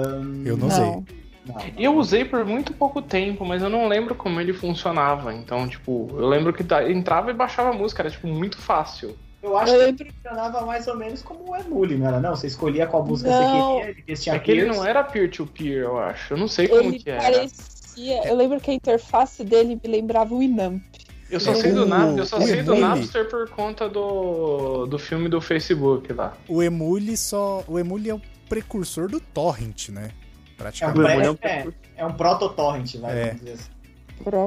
eu não, usei. Não. Não, não. Eu usei por muito pouco tempo, mas eu não lembro como ele funcionava. Então, tipo, eu lembro que da- entrava e baixava a música, era tipo muito fácil. Eu acho Eu que lembro funcionava mais ou menos como o Emule, não era? Não, você escolhia qual música Não. você queria, porque tinha É que ele peers. não era peer-to-peer, eu acho. Eu não sei como ele que era. parecia. Eu lembro que a interface dele me lembrava o Inamp. Eu só É, sei do, o- Nap- eu só o sei do Emule- Napster por conta do, do filme do Facebook lá. O Emule só. O Emule é o precursor do Torrent, né? É um, Praticamente. pré, é, é um proto-torrent, vai, É. vamos dizer assim.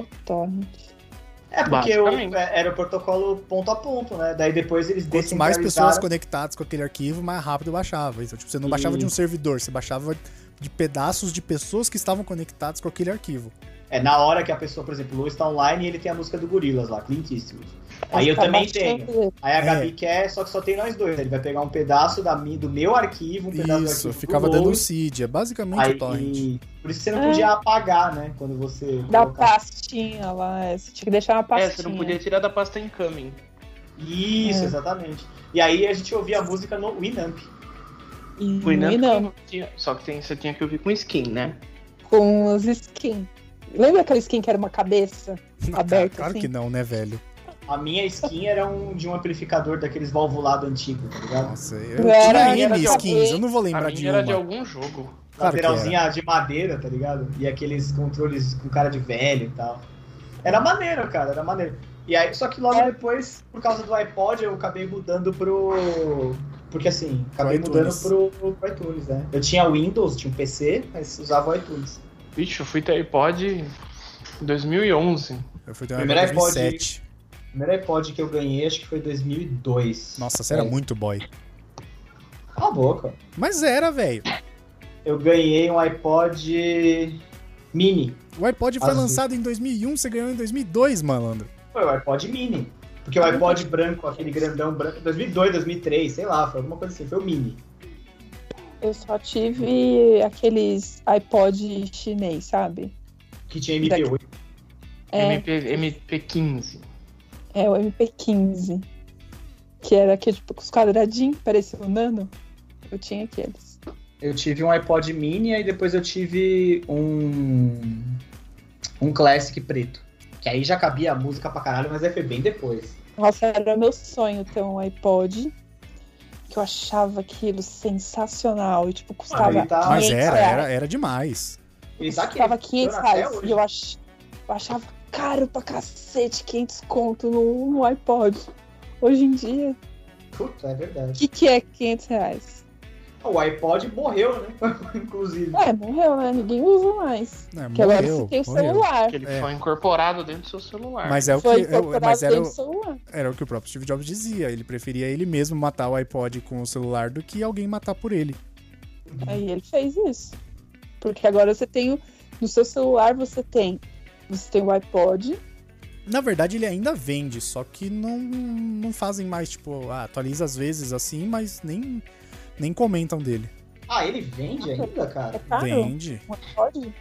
Protorrent. É porque o- Basicamente. é- era o protocolo ponto a ponto, né? Daí depois eles Quanto mais pessoas descentralizaram. conectadas com aquele arquivo, mais rápido baixava. Então, tipo, você não baixava de um servidor, você baixava de pedaços de pessoas que estavam conectadas com aquele arquivo. É na hora que a pessoa, por exemplo, o Luiz tá online e ele tem a música do Gorilas lá, Clint Eastwood. Aí eu Tá também baixando tenho. ele. Aí a É. Gabi quer, só que só tem nós dois. Ele vai pegar um pedaço da mi- do meu arquivo, um pedaço do Isso, arquivo ficava do dando um Louis, seed, é basicamente o torrent. Aí, por isso que você É. não podia apagar, né? Quando você. Da colocava. pastinha lá, é, você tinha que deixar uma É, pastinha. você não podia tirar da pasta incoming. Isso, É. exatamente. E aí a gente ouvia a música no Winamp. E, Foi, né? e não, Tinha- Só que tem- você tinha que ouvir com skin, né? com os skins. Lembra aquela skin que era uma cabeça? Ah, aberto, Claro assim. que não, né, velho? A minha skin era um, de um amplificador daqueles valvulado antigo, tá ligado? Nossa, eu Era- tinha era N de skins, alguém. eu não vou A lembrar de minha era uma. de algum jogo. Claro que era. Lateralzinha de madeira, tá ligado? E aqueles controles com cara de velho e tal. Era maneiro, cara, era maneiro. E aí, só que logo É. depois, por causa do iPod, eu acabei mudando pro. Porque assim, acabei Pro mudando iTunes. pro, pro iTunes, né? Eu tinha Windows, tinha um PC, mas usava o iTunes. Bicho, eu fui ter iPod em 2011. Eu fui ter um uma Primeiro época de iPod. 2007. O primeiro iPod que eu ganhei, acho que foi 2002. Nossa, você era muito boy. Cala a boca. Mas era, velho. Eu ganhei um iPod Mini. O iPod foi Azul. lançado em 2001, você ganhou em 2002, malandro. Foi o iPod Mini. Porque o Uhum. iPod branco, aquele grandão branco, 2002, 2003, sei lá, foi alguma coisa assim, foi o Mini. Eu só tive aqueles iPod chinês, sabe? Que tinha MP8. É, MP, MP15. é o MP15. Que era aquele tipo, com os quadradinhos, parecia um nano. Eu tinha aqueles. Eu tive um iPod Mini e depois eu tive um. Um Classic preto. Que aí já cabia a música pra caralho, mas aí foi bem depois. Nossa, era meu sonho ter um iPod. Que eu achava aquilo sensacional. E, tipo, custava. ele tá- Ah, Mas 500 era, reais. era, era demais. Ele tá aqui. Custava 500 funciona até reais. hoje. E eu, ach... eu achava caro pra cacete, 500 conto no, no iPod. Hoje em dia, o Puta, é verdade. que, que é 500 reais? O iPod morreu, né? Inclusive. É, morreu, né? Ninguém usa mais. É, Porque agora você morreu, tem o morreu. celular. Que ele É. foi incorporado dentro do seu celular. Mas, é o que, Foi eu- mas incorporado era, dentro o- do celular. era o que o próprio Steve Jobs dizia. Ele preferia ele mesmo matar o iPod com o celular do que alguém matar por ele. Aí ele fez isso. Porque agora você tem o... No seu celular você tem... Você tem o iPod. Na verdade, ele ainda vende, só que não, não fazem mais, tipo, ah, atualiza às vezes assim, mas nem, nem comentam dele. Ah, ele vende ainda, É cara? caro? Vende. Um iPod?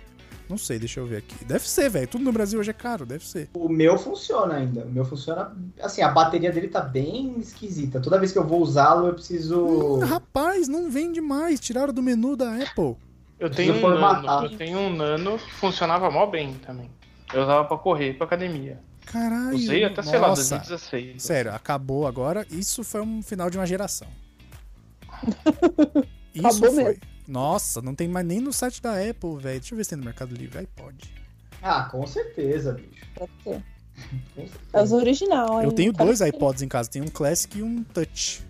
Não sei, deixa eu ver aqui. Deve ser, velho. Tudo no Brasil hoje é caro, deve ser. O meu funciona ainda. O meu funciona. Assim, a bateria dele tá bem esquisita. Toda vez que eu vou usá-lo, eu preciso. Hum, rapaz, não vende mais. Tiraram do menu da Apple. eu tenho Precisa um formatar. nano, eu tenho um nano que funcionava mó bem também. Eu usava pra correr pra academia. Caralho. Usei até, nossa. sei lá, 2016. Sério, acabou agora. Isso foi um final de uma geração. Isso Acabou foi. Nossa, não tem mais nem no site da Apple, velho. Deixa eu ver se tem no Mercado Livre. iPod. Ah, com certeza, bicho. Deve ter. Com É os certeza. original, hein? Eu tenho Cara, dois iPods em casa. Tem um Classic e um Touch.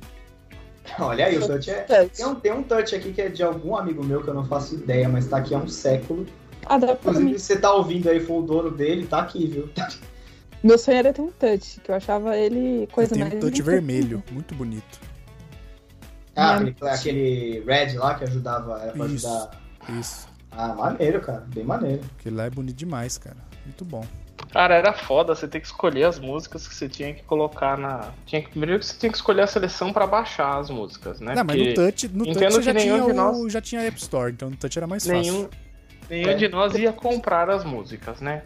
Olha aí, o touch é. Tem um, tem um touch aqui que é de algum amigo meu que eu não faço ideia, mas tá aqui há um século. Ah, dá pra mim. Inclusive, se você tá ouvindo aí, for o dono dele, tá aqui, viu? Meu sonho era ter um touch, que eu achava ele coisa eu tenho mais. um Touch linda. vermelho. Muito bonito. Ah, Minha aquele, aquele Red lá que ajudava. Era pra Isso. ajudar. Isso. Ah, maneiro, cara. Bem maneiro. Aquele lá é bonito demais, cara. Muito bom. Cara, era foda você ter que escolher as músicas que você tinha que colocar na. Tinha que... Primeiro que você tinha que escolher a seleção pra baixar as músicas, né? Não, mas no Porque Touch, no entendo touch você que já nenhum tinha, de o, nós- já tinha App Store, então no Touch era mais nenhum, fácil. nenhum É. de nós ia comprar as músicas, né?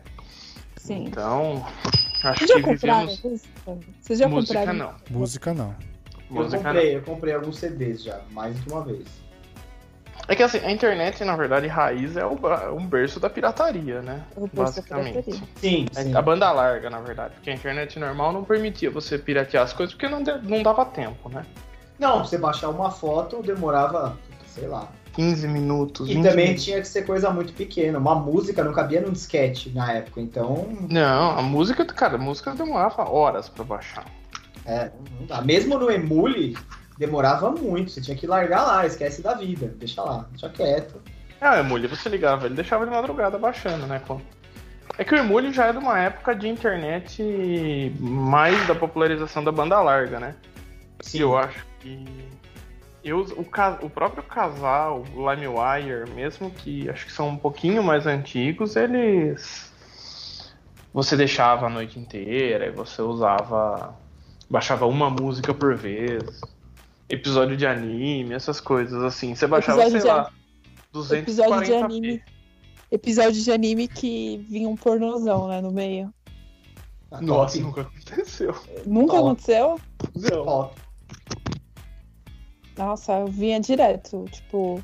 Sim. Então, acho Vocês já que compraram vivemos. música? Vocês já música compraram? não. Música não. Eu Música não. comprei, eu comprei alguns CDs já, mais de uma vez. É que assim, a internet, na verdade, raiz é o ba- um berço da pirataria, né? É o berço da Basicamente. pirataria. Sim, A- sim. A banda larga, na verdade, porque a internet normal não permitia você piratear as coisas porque não, de- não dava tempo, né? Não, você baixar uma foto demorava, sei lá. 15 minutos. E 20 também minutos. tinha que ser coisa muito pequena. Uma música não cabia num disquete na época, então. Não, a música, cara, a música demorava horas pra baixar. É, não dá. Mesmo no emule, demorava muito. Você tinha que largar lá, esquece da vida. Deixa lá, deixa quieto. Ah, o Emule, você ligava, ele deixava de madrugada baixando, né? quando- É que o Emule já é de uma época de internet mais da popularização da banda larga, né? E eu acho que. Eu, o, ca- o próprio casal, o LimeWire, mesmo que acho que são um pouquinho mais antigos, eles você deixava a noite inteira, e você usava. baixava uma música por vez, episódio de anime, essas coisas assim. Você baixava, sei Episódio de lá, Episódio 240p. de anime. Episódio de anime que vinha um pornozão, né, no meio. Tá Nossa, top, nunca aconteceu. Nunca Ó. aconteceu? Não. top. Nossa, eu vinha direto, tipo...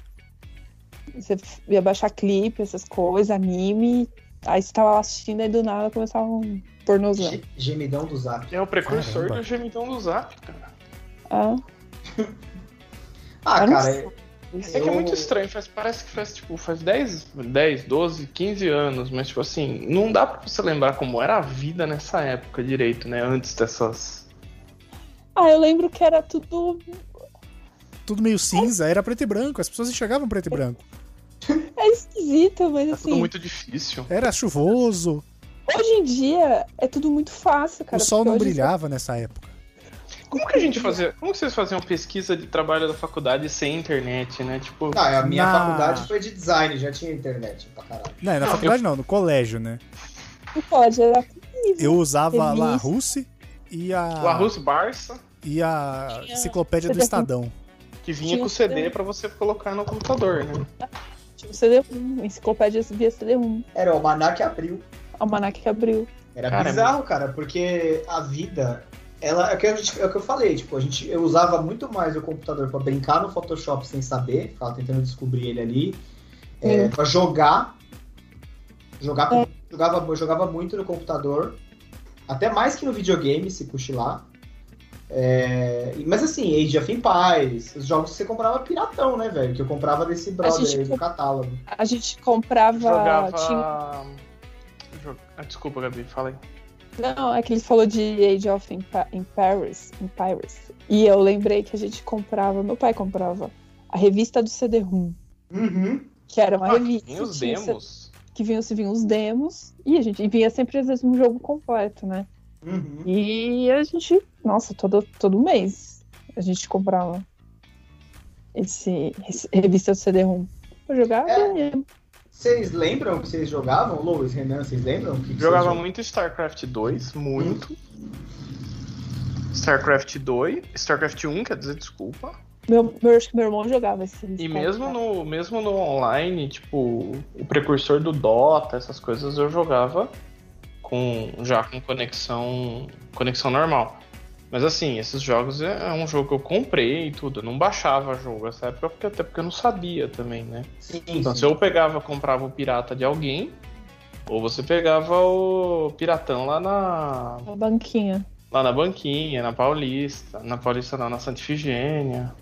Você f- ia baixar clipe, essas coisas, anime... Aí você tava lá assistindo e do nada começava um pornozão. Ge- Gemidão do Zap. É o precursor Caramba. do gemidão do Zap, cara. Ah, Ah, Eu não cara, sei. É que é Eu- muito estranho, faz, parece que faz, tipo, faz 10, 10, 12, 15 anos, mas tipo assim, não dá pra você lembrar como era a vida nessa época direito, né? Antes dessas. ah eu lembro que era tudo... Tudo meio cinza, era preto e branco, as pessoas enxergavam preto e branco. É esquisito, mas Era Tá tudo assim... muito difícil. Era chuvoso, Hoje em dia é tudo muito fácil, cara. o sol não porque hoje- brilhava nessa época. Como que a gente fazia. Como que vocês faziam pesquisa de trabalho da faculdade sem internet, né? Tipo. Não, a minha Na- faculdade foi de design, já tinha internet pra caralho. Não, na faculdade não, no colégio, né? Não pode, era Eu usava lá a Revista. Russi e Ah. O a, Arroz Barça, e a Tinha- enciclopédia do Tinha- Estadão. que vinha com o CD pra você colocar no computador, né? tipo CD1, enciclopédia via CD1, Era o Almanac Abril. Almanac que abriu. Era Cara, bizarro, cara, porque a vida, ela é o que, a gente- é o que eu falei, tipo, a gente, eu usava muito mais o computador pra brincar no Photoshop sem saber, ficava tentando descobrir ele ali, é, pra jogar, jogar com- jogava, eu jogava muito no computador, até mais que no videogame, se cochilar. É, e- mas assim, Age of Empires, os jogos que você comprava piratão, né, velho? Que eu comprava desse brother gente aí do catálogo. A gente comprava. Jogava. tinha- um- Jo- Ah, desculpa, Gabi, fala aí. Não, é que ele falou de Age of Empa- Empires, Empires. E eu lembrei que a gente comprava, meu pai comprava a revista do CD-ROM, Uhum. que era uma Ah, revista. Vinha os tinha- demos. Que vinham, se vinham os demos. E a gente e vinha sempre, às vezes, um jogo completo, né? Uhum. E a gente, nossa, todo, todo mês a gente comprava esse, esse- revista do CD-ROM. Eu jogava É. e- Vocês lembram que vocês jogavam? Louis, Renan, vocês lembram? o que que vocês Jogava jogavam? muito StarCraft 2, muito. StarCraft 2, StarCraft 1, quer dizer, desculpa. meu, meu, acho que meu irmão jogava esse. E mesmo no, mesmo no online, tipo, o precursor do Dota, essas coisas eu jogava com já com conexão, conexão normal. Mas assim, esses jogos é, é um jogo que eu comprei e tudo, eu não baixava jogo nessa época, porque até porque eu não sabia também, né? Sim, Então, sim. se eu pegava, comprava o pirata de alguém, ou você pegava o piratão lá na, Na banquinha. lá na Banquinha, na Paulista, na Paulista não, na Santa Ifigênia.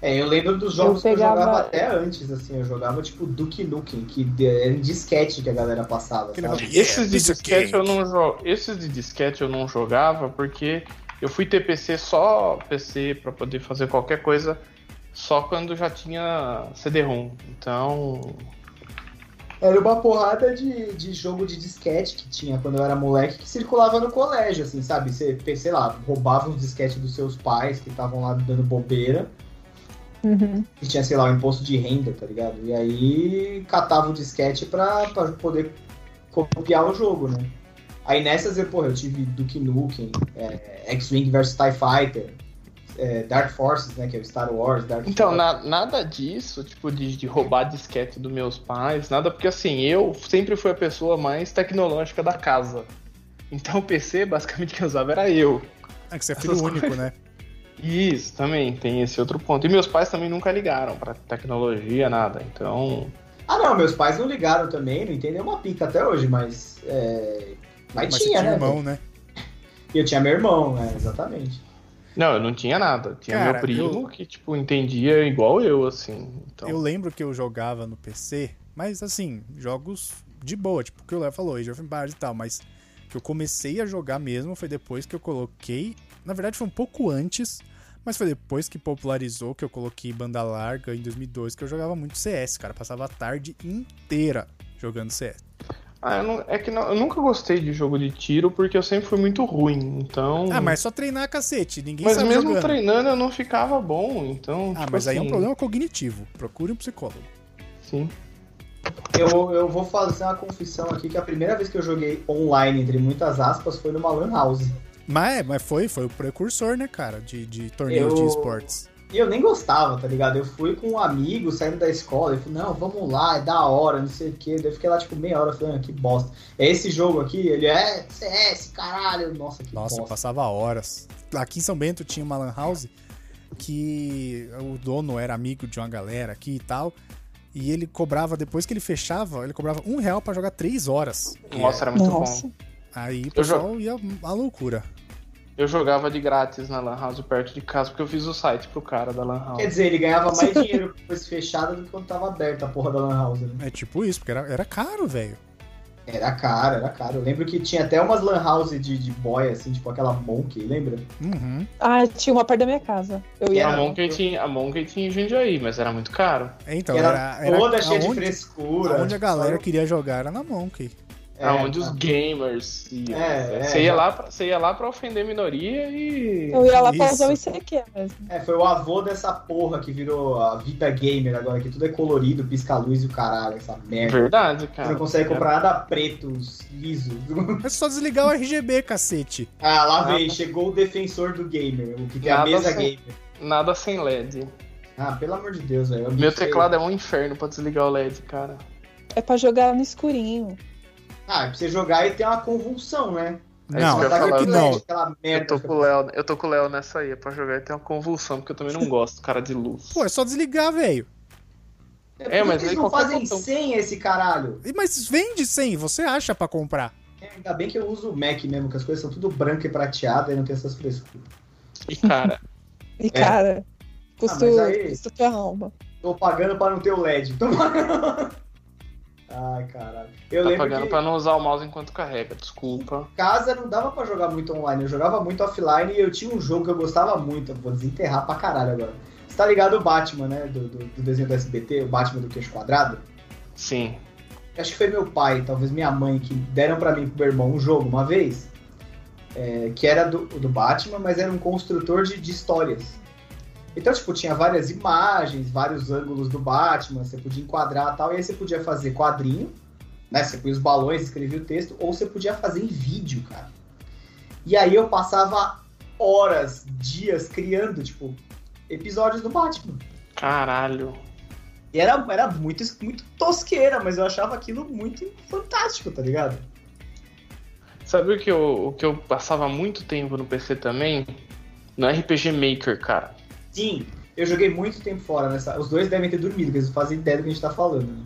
É, eu lembro dos jogos Eu que eu jogava pegava- até antes, assim, eu jogava tipo Duke Nukem, que de- era em disquete que a galera passava, Aquele sabe? Esses de piece of disquete cake. eu não jo- esses de disquete eu não jogava porque eu fui ter PC só PC pra poder fazer qualquer coisa só quando já tinha CD-ROM. Então, Era uma porrada de, de jogo de disquete que tinha quando eu era moleque, que circulava no colégio, assim, sabe? Você, sei lá, roubava os disquetes dos seus pais que estavam lá dando bobeira, Uhum. que tinha, sei lá, o imposto de renda, tá ligado? E aí catava o disquete pra, pra poder copiar o jogo, né? Aí nessas, eu, porra, eu tive Duke Nukem, é, X-Wing vs TIE Fighter, é, Dark Forces, né, que é o Star Wars, Dark Então, Forces. na- nada disso, tipo, de, de roubar disquete dos meus pais, nada, porque assim, eu sempre fui a pessoa mais tecnológica da casa. Então o PC, basicamente, quem usava era eu. É que você é filho Essas único, né? E Isso, também, tem esse outro ponto. E meus pais também nunca ligaram pra tecnologia, nada. Então, Ah, não, meus pais não ligaram também, não entendeu uma pica até hoje, mas. é, Mas, Mas você tinha, tinha né? irmão, né? E eu tinha meu irmão, né? Exatamente. não, eu não tinha nada. Tinha Cara, meu primo que, tipo, entendia igual eu, assim. Então, Eu lembro que eu jogava no PC, mas assim, jogos de boa, tipo o que o Léo falou, Age of Empires e tal, mas que eu comecei a jogar mesmo foi depois que eu coloquei, na verdade foi um pouco antes, mas foi depois que popularizou que eu coloquei banda larga em 2002 que eu jogava muito CS, cara, passava a tarde inteira jogando CS. ah, eu não- é que não- eu nunca gostei de jogo de tiro porque eu sempre fui muito ruim. Então, Ah, mas só treinar a cacete, ninguém mas sabe mesmo jogando. treinando eu não ficava bom. Então, Ah, tipo mas aí é um assim, problema cognitivo. Procure um psicólogo. Sim. Eu, eu vou fazer uma confissão aqui que a primeira vez que eu joguei online, entre muitas aspas, foi numa Lan House. Mas, é, mas foi, foi o precursor, né, cara, de, de torneios Eu- de esportes. E eu nem gostava, tá ligado? Eu fui com um amigo saindo da escola, ele falou, não, vamos lá, é da hora, não sei o quê. Daí eu fiquei lá, tipo, meia hora falando, "Ah, que bosta. É esse jogo aqui, ele é CS, caralho, nossa, que Nossa, eu bosta. passava horas. Aqui em São Bento tinha uma lan house que o dono era amigo de uma galera aqui e tal. E ele cobrava, depois que ele fechava, ele cobrava um real pra jogar três horas. Nossa, era muito bom. Nossa. Aí o Eu já- pessoal ia à loucura. Eu jogava de grátis na Lan House perto de casa, porque eu fiz o site pro cara da Lan Quer House. dizer, ele ganhava mais dinheiro depois fechada do que quando tava aberta a porra da Lan House. né? É tipo isso, porque era, era caro, velho. Era caro, era caro. Eu lembro que tinha até umas Lan House de, de boy, assim, tipo aquela Monkey, lembra? Uhum. Ah, tinha uma perto da minha casa. Eu ia. A Monkey tinha, a Monkey tinha em Jundiaí, mas era muito caro. É, Então, Que era, era toda cheia de aonde- frescura. aonde a galera queria jogar era na Monkey. É, aonde os gamers iam. É, você, é, ia já- lá pra, você ia lá pra ofender minoria e. Eu ia lá pra Isso. usar o ICQ mesmo. É, foi o avô dessa porra que virou a vida gamer agora, que tudo é colorido, pisca a luz e o caralho, essa merda. é Verdade, Você cara. não consegue comprar nada preto, liso. É só desligar o RGB, cacete. Ah, lá Nada. vem, chegou o defensor do gamer, o que tem a Nada mesa sem- gamer. Nada sem LED. Ah, pelo amor de Deus, velho. Meu teclado é um inferno pra desligar o LED, cara. É pra jogar no escurinho. Ah, é pra você jogar e ter uma convulsão, né? É não, isso que eu ia claro falar, que eu não. também. Aquela merda. Eu tô com o Léo, eu tô com o Léo nessa aí, é pra jogar e tem uma convulsão, porque eu também não gosto, cara, de luz. Pô, é só desligar, velho. por que É, mas eles aí não qualquer fazem botão. sem esse caralho. E- Mas vende 100, você acha pra comprar. É, ainda bem que eu uso o Mac mesmo, que as coisas são tudo branca e prateada e não tem essas frescuras. E, cara, E, cara, custa, mas aí- custa tua alma. Tô pagando pra não ter o LED. Tô pagando. Ai, caralho. Eu tá lembro pagando que pra não usar o mouse enquanto carrega, desculpa. em casa não dava pra jogar muito online. Eu jogava muito offline e eu tinha um jogo que eu gostava muito. Eu vou desenterrar pra caralho agora. Você tá ligado o Batman, né? Do, do- do desenho do SBT, o Batman do queixo quadrado? Sim. Acho que foi meu pai, talvez minha mãe, que deram pra mim e pro meu irmão um jogo uma vez. é, que era do, do Batman, mas era um construtor de- de histórias. Então, tipo, tinha várias imagens, vários ângulos do Batman, você podia enquadrar e tal, e aí você podia fazer quadrinho, né? Você põe os balões, escrevia o texto, ou você podia fazer em vídeo, cara. E aí eu passava horas, dias criando, tipo, episódios do Batman. Caralho. E era, era muito, muito tosqueira, mas eu achava aquilo muito fantástico, tá ligado? Sabe o que, eu, o que eu passava muito tempo no PC também? No RPG Maker, cara. Sim, eu joguei muito tempo fora nessa. Os dois devem ter dormido, porque eles não fazem ideia do que a gente tá falando. Né?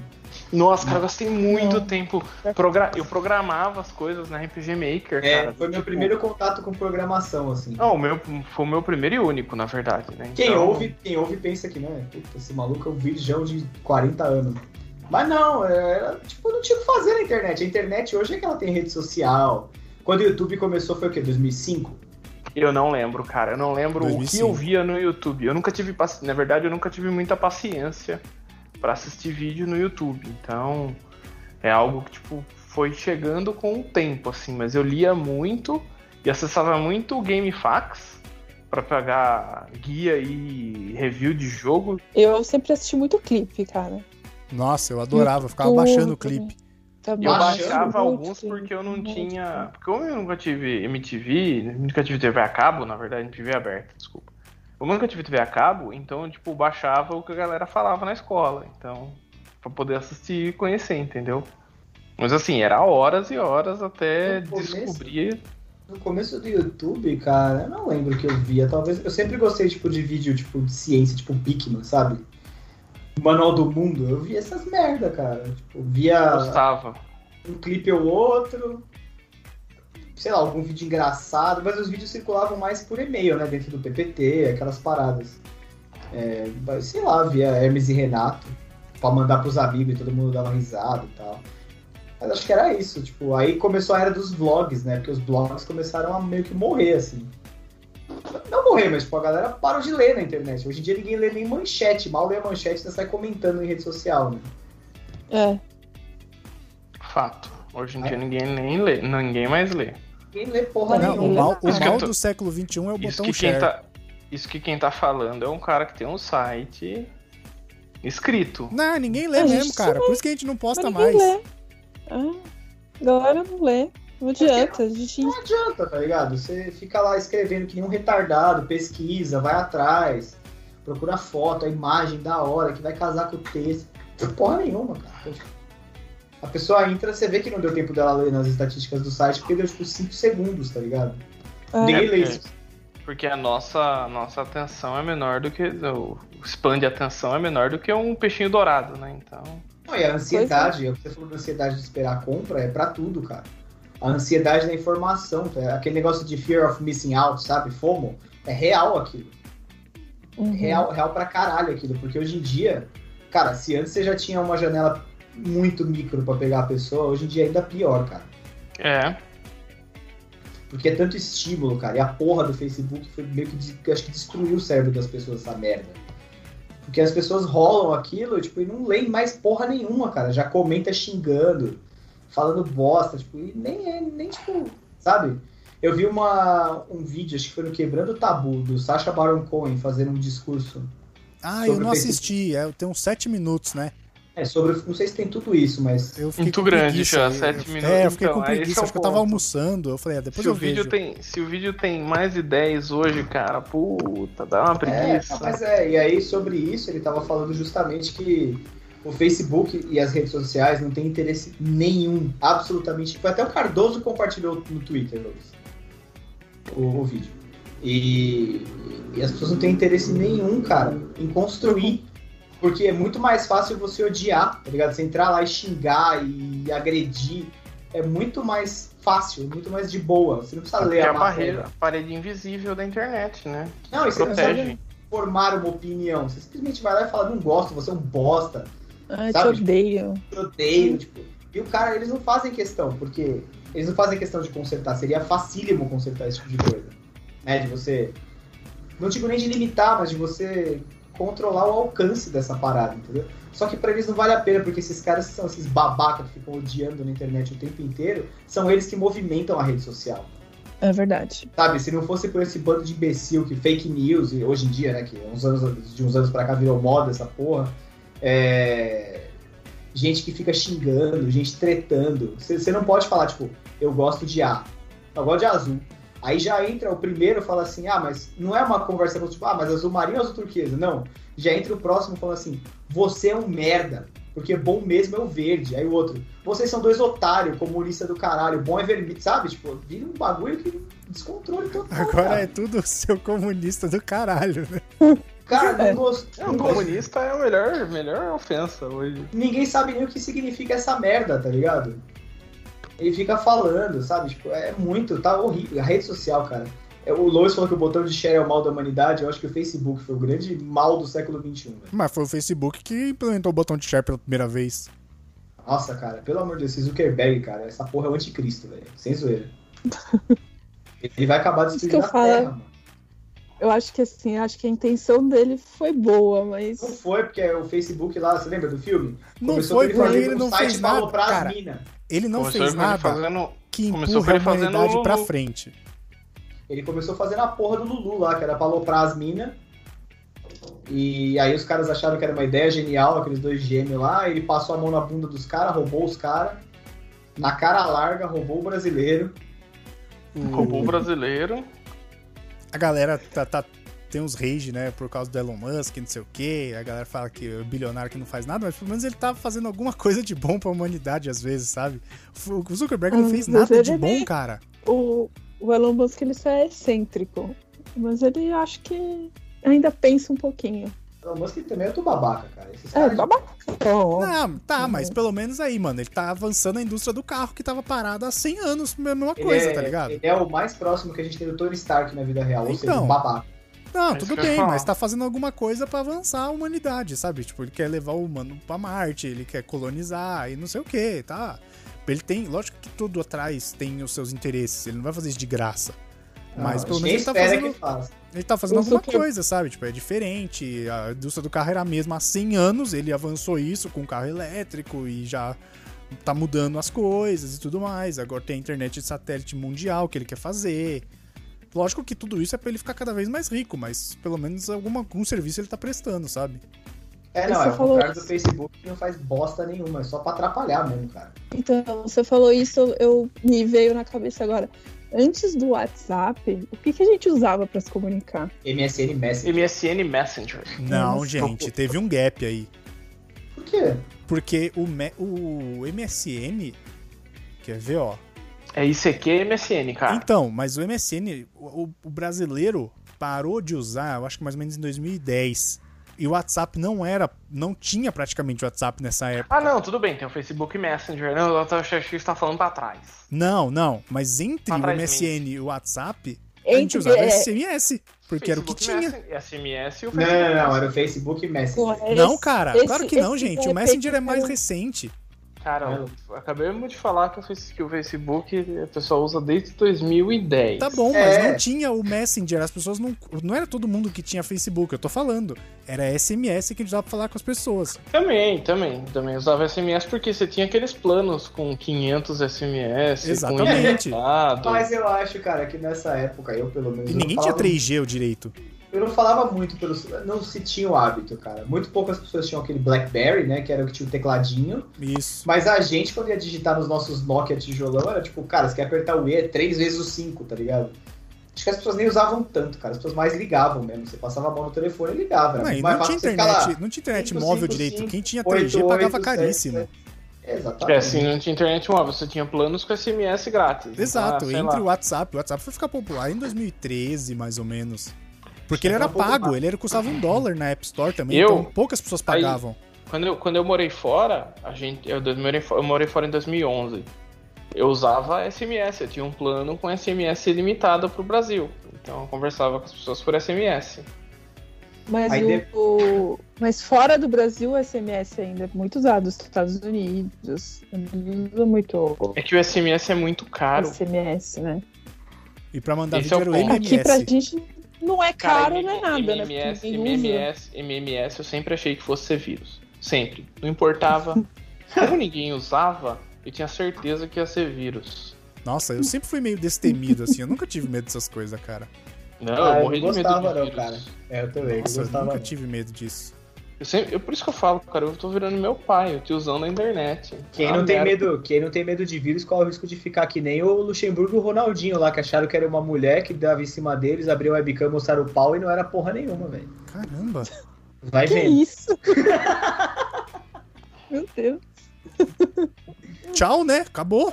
Nossa, cara, eu gastei muito tempo. Progra- eu programava as coisas na RPG Maker, É, cara. foi meu Tipo, primeiro contato com programação, assim. Não, o meu, foi o meu primeiro e único, na verdade, né? Quem Então, ouve, quem ouve pensa que, né? Puta, esse maluco é um virgão de 40 anos. Mas não, era, tipo, não tinha o que fazer na internet. A internet hoje é que ela tem rede social. Quando o YouTube começou foi o quê? 2005? Eu não lembro, cara. Eu não lembro o que 2005. eu via no YouTube. Eu nunca tive, paci- na verdade, eu nunca tive muita paciência pra assistir vídeo no YouTube. Então, é algo que tipo foi chegando com o tempo assim, mas eu lia muito e acessava muito o GameFAQs pra pegar guia e review de jogo. Eu sempre assisti muito clipe, cara. né? Nossa, eu adorava, eu ficava baixando o clipe. Também. Eu Baixando? baixava Muito alguns clipe, porque eu não muito tinha. clipe. Porque como eu nunca tive MTV, nunca tive TV a cabo, na verdade, MTV aberta, desculpa. Eu nunca tive TV a cabo, então, tipo, baixava o que a galera falava na escola. Então, pra poder assistir e conhecer, entendeu? Mas assim, era horas e horas até No começo- descobrir. No começo do YouTube, cara, eu não lembro o que eu via. Talvez. Eu sempre gostei, tipo, de vídeo, tipo, de ciência, tipo, Pikmin, sabe? Manual do Mundo. Eu via essas merda, cara. Tipo, eu via Gostava. um clipe ou outro, sei lá, algum vídeo engraçado, mas os vídeos circulavam mais por e-mail, né? Dentro do PPT, aquelas paradas. É, mas, sei lá, via Hermes e Renato, pra mandar pros amigos e todo mundo dava risada e tal. Mas acho que era isso, tipo, aí começou a era dos vlogs, né? Porque os blogs começaram a meio que morrer, assim. Não morrer, mas tipo, a galera parou de ler na internet. Hoje em dia ninguém lê nem manchete, mal lê a manchete e sai comentando em rede social, né? É. Fato. Hoje em dia ninguém nem lê, ninguém mais lê. Ninguém lê porra Não, Não, o nenhuma. mal, o Isso que eu mal tô- do século XXI é o Isso botão que, quem share. tá, isso que quem tá falando é um cara que tem um site Escrito. Não, ninguém lê A gente mesmo, cara. Por isso que a gente não Mas posta ninguém mais. lê. Ah, a galera não lê. Não adianta. A gente Não adianta, tá ligado? Você fica lá escrevendo que nem um retardado, pesquisa, vai atrás, procura foto, a imagem da hora, que vai casar com o texto. Porra nenhuma, cara. A pessoa entra, você vê que não deu tempo dela ler nas estatísticas do site, porque deu tipo 5 segundos, tá ligado? Ah. Ninguém lê É. isso. Porque a nossa, nossa atenção é menor do que. O span de atenção é menor do que um peixinho dourado, né? Então. Não, e a ansiedade, é o que você falou da ansiedade de esperar a compra, é pra tudo, cara. A ansiedade da informação, tá? aquele negócio de fear of missing out, sabe? FOMO, é real aquilo. Uhum. real, real pra caralho aquilo, porque hoje em dia, cara, se antes você já tinha uma janela muito micro pra pegar a pessoa, hoje em dia é ainda pior, cara. É. Porque é tanto estímulo, cara, e a porra do Facebook foi meio que, de- acho que destruiu o cérebro das pessoas, essa merda. Porque as pessoas rolam aquilo, tipo, e não leem mais porra nenhuma, cara, já comenta xingando, falando bosta, tipo, e nem é, nem tipo, sabe? Eu vi uma, um vídeo, acho que foi no Quebrando o Tabu, do Sacha Baron Cohen fazendo um discurso Ah, eu Sobre não o Facebook. assisti. É, eu tenho uns 7 minutos, né? É, sobre. Não sei se tem tudo isso, mas. Eu fiquei Muito com grande preguiça. já, Eu- sete minutos, É, eu fiquei então, com é, esse preguiça. é o acho que eu tava ponto. almoçando. Eu falei, ah, depois Se o, eu vejo. vídeo tem, se o vídeo tem mais de 10 hoje, cara, puta, dá uma É, preguiça. mas é, e aí sobre isso ele tava falando justamente que o Facebook e as redes sociais não têm interesse nenhum, absolutamente. Foi até o Cardoso que compartilhou no Twitter, Lucas, o, o vídeo. E, e as pessoas não têm interesse nenhum, cara, em construir. Porque é muito mais fácil você odiar, tá ligado? Você entrar lá e xingar e agredir. É muito mais fácil, muito mais de boa. Você não precisa ler é a, a matéria. barreira, a parede invisível da internet, né? Não, e você não sabe Protege. formar uma opinião. Você simplesmente vai lá e fala, não gosto, você é um bosta, Ai, Ah, te Sabe? odeio. te odeio, tipo. E o cara, eles não fazem questão, porque eles não fazem questão de consertar. Seria facílimo consertar esse tipo de coisa. Né? De você. Não digo nem de limitar, mas de você controlar o alcance dessa parada, entendeu? Só que pra eles não vale a pena, porque esses caras que são esses babacas que ficam odiando na internet o tempo inteiro, são eles que movimentam a rede social. É verdade. Sabe, se não fosse por esse bando de imbecil que fake news, e hoje em dia, né, que uns anos, de uns anos pra cá virou moda essa porra, é, gente que fica xingando, gente tretando. Você não pode falar, tipo, eu gosto de A, eu gosto de azul. Aí já entra o primeiro e fala assim, ah, mas não é uma conversa, tipo, ah, mas azul marinho ou azul turquesa? Não. Já entra o próximo e fala assim, você é um merda, porque bom mesmo é o verde. Aí o outro, vocês são dois otários, comunista do caralho, bom é vermelho, sabe? Tipo, vira um bagulho que descontrole total. Ah. Agora cara. é tudo seu comunista do caralho, né? Cara, não É. gosto. É, um comunista é a melhor, melhor ofensa hoje. ninguém sabe nem o que significa essa merda, tá ligado? Ele fica falando, sabe? Tipo, é muito, tá horrível. A rede social, cara. É, O Lois falou que o botão de share é o mal da humanidade. Eu acho que o Facebook foi o grande mal do século XXI, velho. Mas foi o Facebook que implementou o botão de share pela primeira vez. Nossa, cara, pelo amor de Deus, esse Zuckerberg, cara, essa porra é o anticristo, velho. Sem zoeira. Ele vai acabar Isso que destruindo eu a falo. é. terra, mano. Eu acho que assim, acho que a intenção dele foi boa, mas. Não foi, porque o Facebook lá, você lembra do filme? Não Começou foi com porque fazendo ele um não site fez pra nada. aloprar as Cara, mina. ele não Começou fez com ele nada né? Fazendo... que empurra começou a com ele fazendo humanidade pra o- frente. Ele começou fazendo a porra do Lulu lá, que era pra aloprar as minas. E aí os caras acharam que era uma ideia genial, aqueles dois gêmeos lá. Ele passou a mão na bunda dos caras, roubou os caras. Na cara larga, roubou o brasileiro. Hum. Roubou o um brasileiro. A galera tá, tá- tem uns rage, né? Por causa do Elon Musk, não sei o quê. A galera fala que é bilionário que não faz nada, mas pelo menos ele tá fazendo alguma coisa de bom pra humanidade às vezes, sabe? O Zuckerberg não Ah, fez mas nada ele de é bom, bem- cara. o, o Elon Musk ele só é excêntrico, mas ele acho que ainda pensa um pouquinho. O Musk também é outro babaca, cara. Esses É, caras babaca. Então, Não, tá, mas pelo menos aí, mano, ele tá avançando a indústria do carro que tava parada há 100 anos, mesma ele coisa, é, tá ligado? Ele é o mais próximo que a gente tem do Tony Stark na vida real, ou seja, Então. um babaca. Não, É isso tudo que eu ia bem, falar. mas tá fazendo alguma coisa pra avançar a humanidade, sabe? Tipo, ele quer levar o humano pra Marte, ele quer colonizar e não sei o que, tá? Ele tem, lógico que tudo atrás tem os seus interesses, ele não vai fazer isso de graça. Mas Não, pelo a menos gente nem ele tá espera fazendo, que faça. ele tá fazendo O alguma Zucker- coisa, sabe? Tipo, é diferente, a indústria do carro era a mesma há 100 anos, ele avançou isso com carro elétrico e já tá mudando as coisas e tudo mais. Agora tem a internet de satélite mundial que ele quer fazer. Lógico que tudo isso é pra ele ficar cada vez mais rico, mas pelo menos alguma, algum serviço ele tá prestando, sabe? É, não, Você é o falou contrário do isso. Facebook que não faz bosta nenhuma, é só pra atrapalhar mesmo, cara. Então, você falou isso, eu me veio na cabeça agora. Antes do WhatsApp, o que, que a gente usava pra se comunicar? MSN Messenger. MSN Messenger. Não, Nossa. gente, teve um gap aí. é Por quê? Porque o, me- o MSN. Quer ver, ó? É ICQ e MSN, cara. Então, mas o MSN, o, o- o brasileiro parou de usar, eu acho que mais ou menos em 2010. E o WhatsApp não era, não tinha praticamente WhatsApp nessa época. Ah, não, tudo bem, tem o Facebook Messenger. Não, o Dr. X tá falando pra trás. Não, não, mas entre o Atrás MSN e o WhatsApp, a gente Entre, usava é, SMS, porque era o que Facebook é assim, tinha. Messenger, SMS e o Não, Facebook. é assim. não, não, era o Facebook Messenger. porra, Não, esse- cara, é esse- claro que não, esse gente. gap O aí Messenger é que mais eu- recente. Cara, eu acabei de falar que, eu fiz- que o Facebook a pessoa usa desde 2010. Tá bom, mas É. não tinha o Messenger. As pessoas não. Não era todo mundo que tinha Facebook, eu tô falando. Era SMS que a gente usava pra falar com as pessoas. Também, também. Também usava SMS porque você tinha aqueles planos com 500 SMS. Exatamente. Com ilimitado. Mas eu acho, cara, que nessa época, eu pelo menos. E eu ninguém não tinha falava- 3G o direito. Eu não falava muito pelo. Não se tinha o hábito, cara. Muito poucas pessoas tinham aquele Blackberry, né? Que era o que tinha o tecladinho. Isso. Mas a gente, quando ia digitar nos nossos Nokia tijolão, era tipo, cara, você quer apertar o E, é três vezes o 5, tá ligado? Acho que as pessoas nem usavam tanto, cara. As pessoas mais ligavam mesmo. Você passava a mão no telefone e ligava. Era Não, muito e mais não tinha fácil você ficar lá, internet, não tinha internet cinco, móvel cinco, direito. cinco, Quem tinha oito, 3G pagava oito, sete, caríssimo. sete. Exatamente. É, assim, não tinha internet móvel, você tinha planos com SMS grátis. Exato, Ah, sei entre lá. o WhatsApp. O WhatsApp foi ficar popular em 2013, mais ou menos. Porque ele Chegou era um pouco pago, ele era, custava um dólar na App Store também, Eu? então poucas pessoas Aí- pagavam. Quando eu, quando eu morei fora, a gente, eu, dois- morei, fo- eu morei fora em 2011. Eu usava SMS, eu tinha um plano com SMS ilimitado pro Brasil. Então eu conversava com as pessoas por SMS. Mas, Aí o- de- o- mas fora do Brasil, o SMS ainda é muito usado. Os Estados Unidos não usa muito o É que o SMS é muito caro. SMS, né? E pra mandar Esse vídeo é o era o ponto. MMS. Aqui pra gente não é caro, M- não é nada, né? MMS, Porque ninguém usa. MMS, MMS, eu sempre achei que fosse ser vírus. Sempre. Não importava. Como ninguém usava, eu tinha certeza que ia ser vírus. Nossa, eu sempre fui meio destemido, assim. Eu nunca tive medo dessas coisas, cara. Não, Ah, eu Né? eu não morri de medo gostava de não, vírus. cara. É, eu também, Nossa, eu eu gostava. nunca não. tive medo disso. Eu sempre, eu, por isso que eu falo, cara, eu tô virando meu pai, o tiozão da internet. Quem Ah, não, tem merda. medo, quem não tem medo de vírus corre o risco de ficar que nem o Luxemburgo e o Ronaldinho lá, que acharam que era uma mulher que dava em cima deles, abriu a webcam, mostraram o pau e não era porra nenhuma, velho. Caramba. Vai Que vendo. isso? Meu Deus. Tchau, né? Acabou.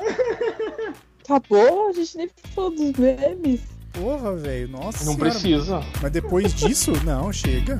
Acabou? A gente nem falou dos memes. Porra, velho. Nossa. Não senhora. precisa. Mas depois disso, não, chega.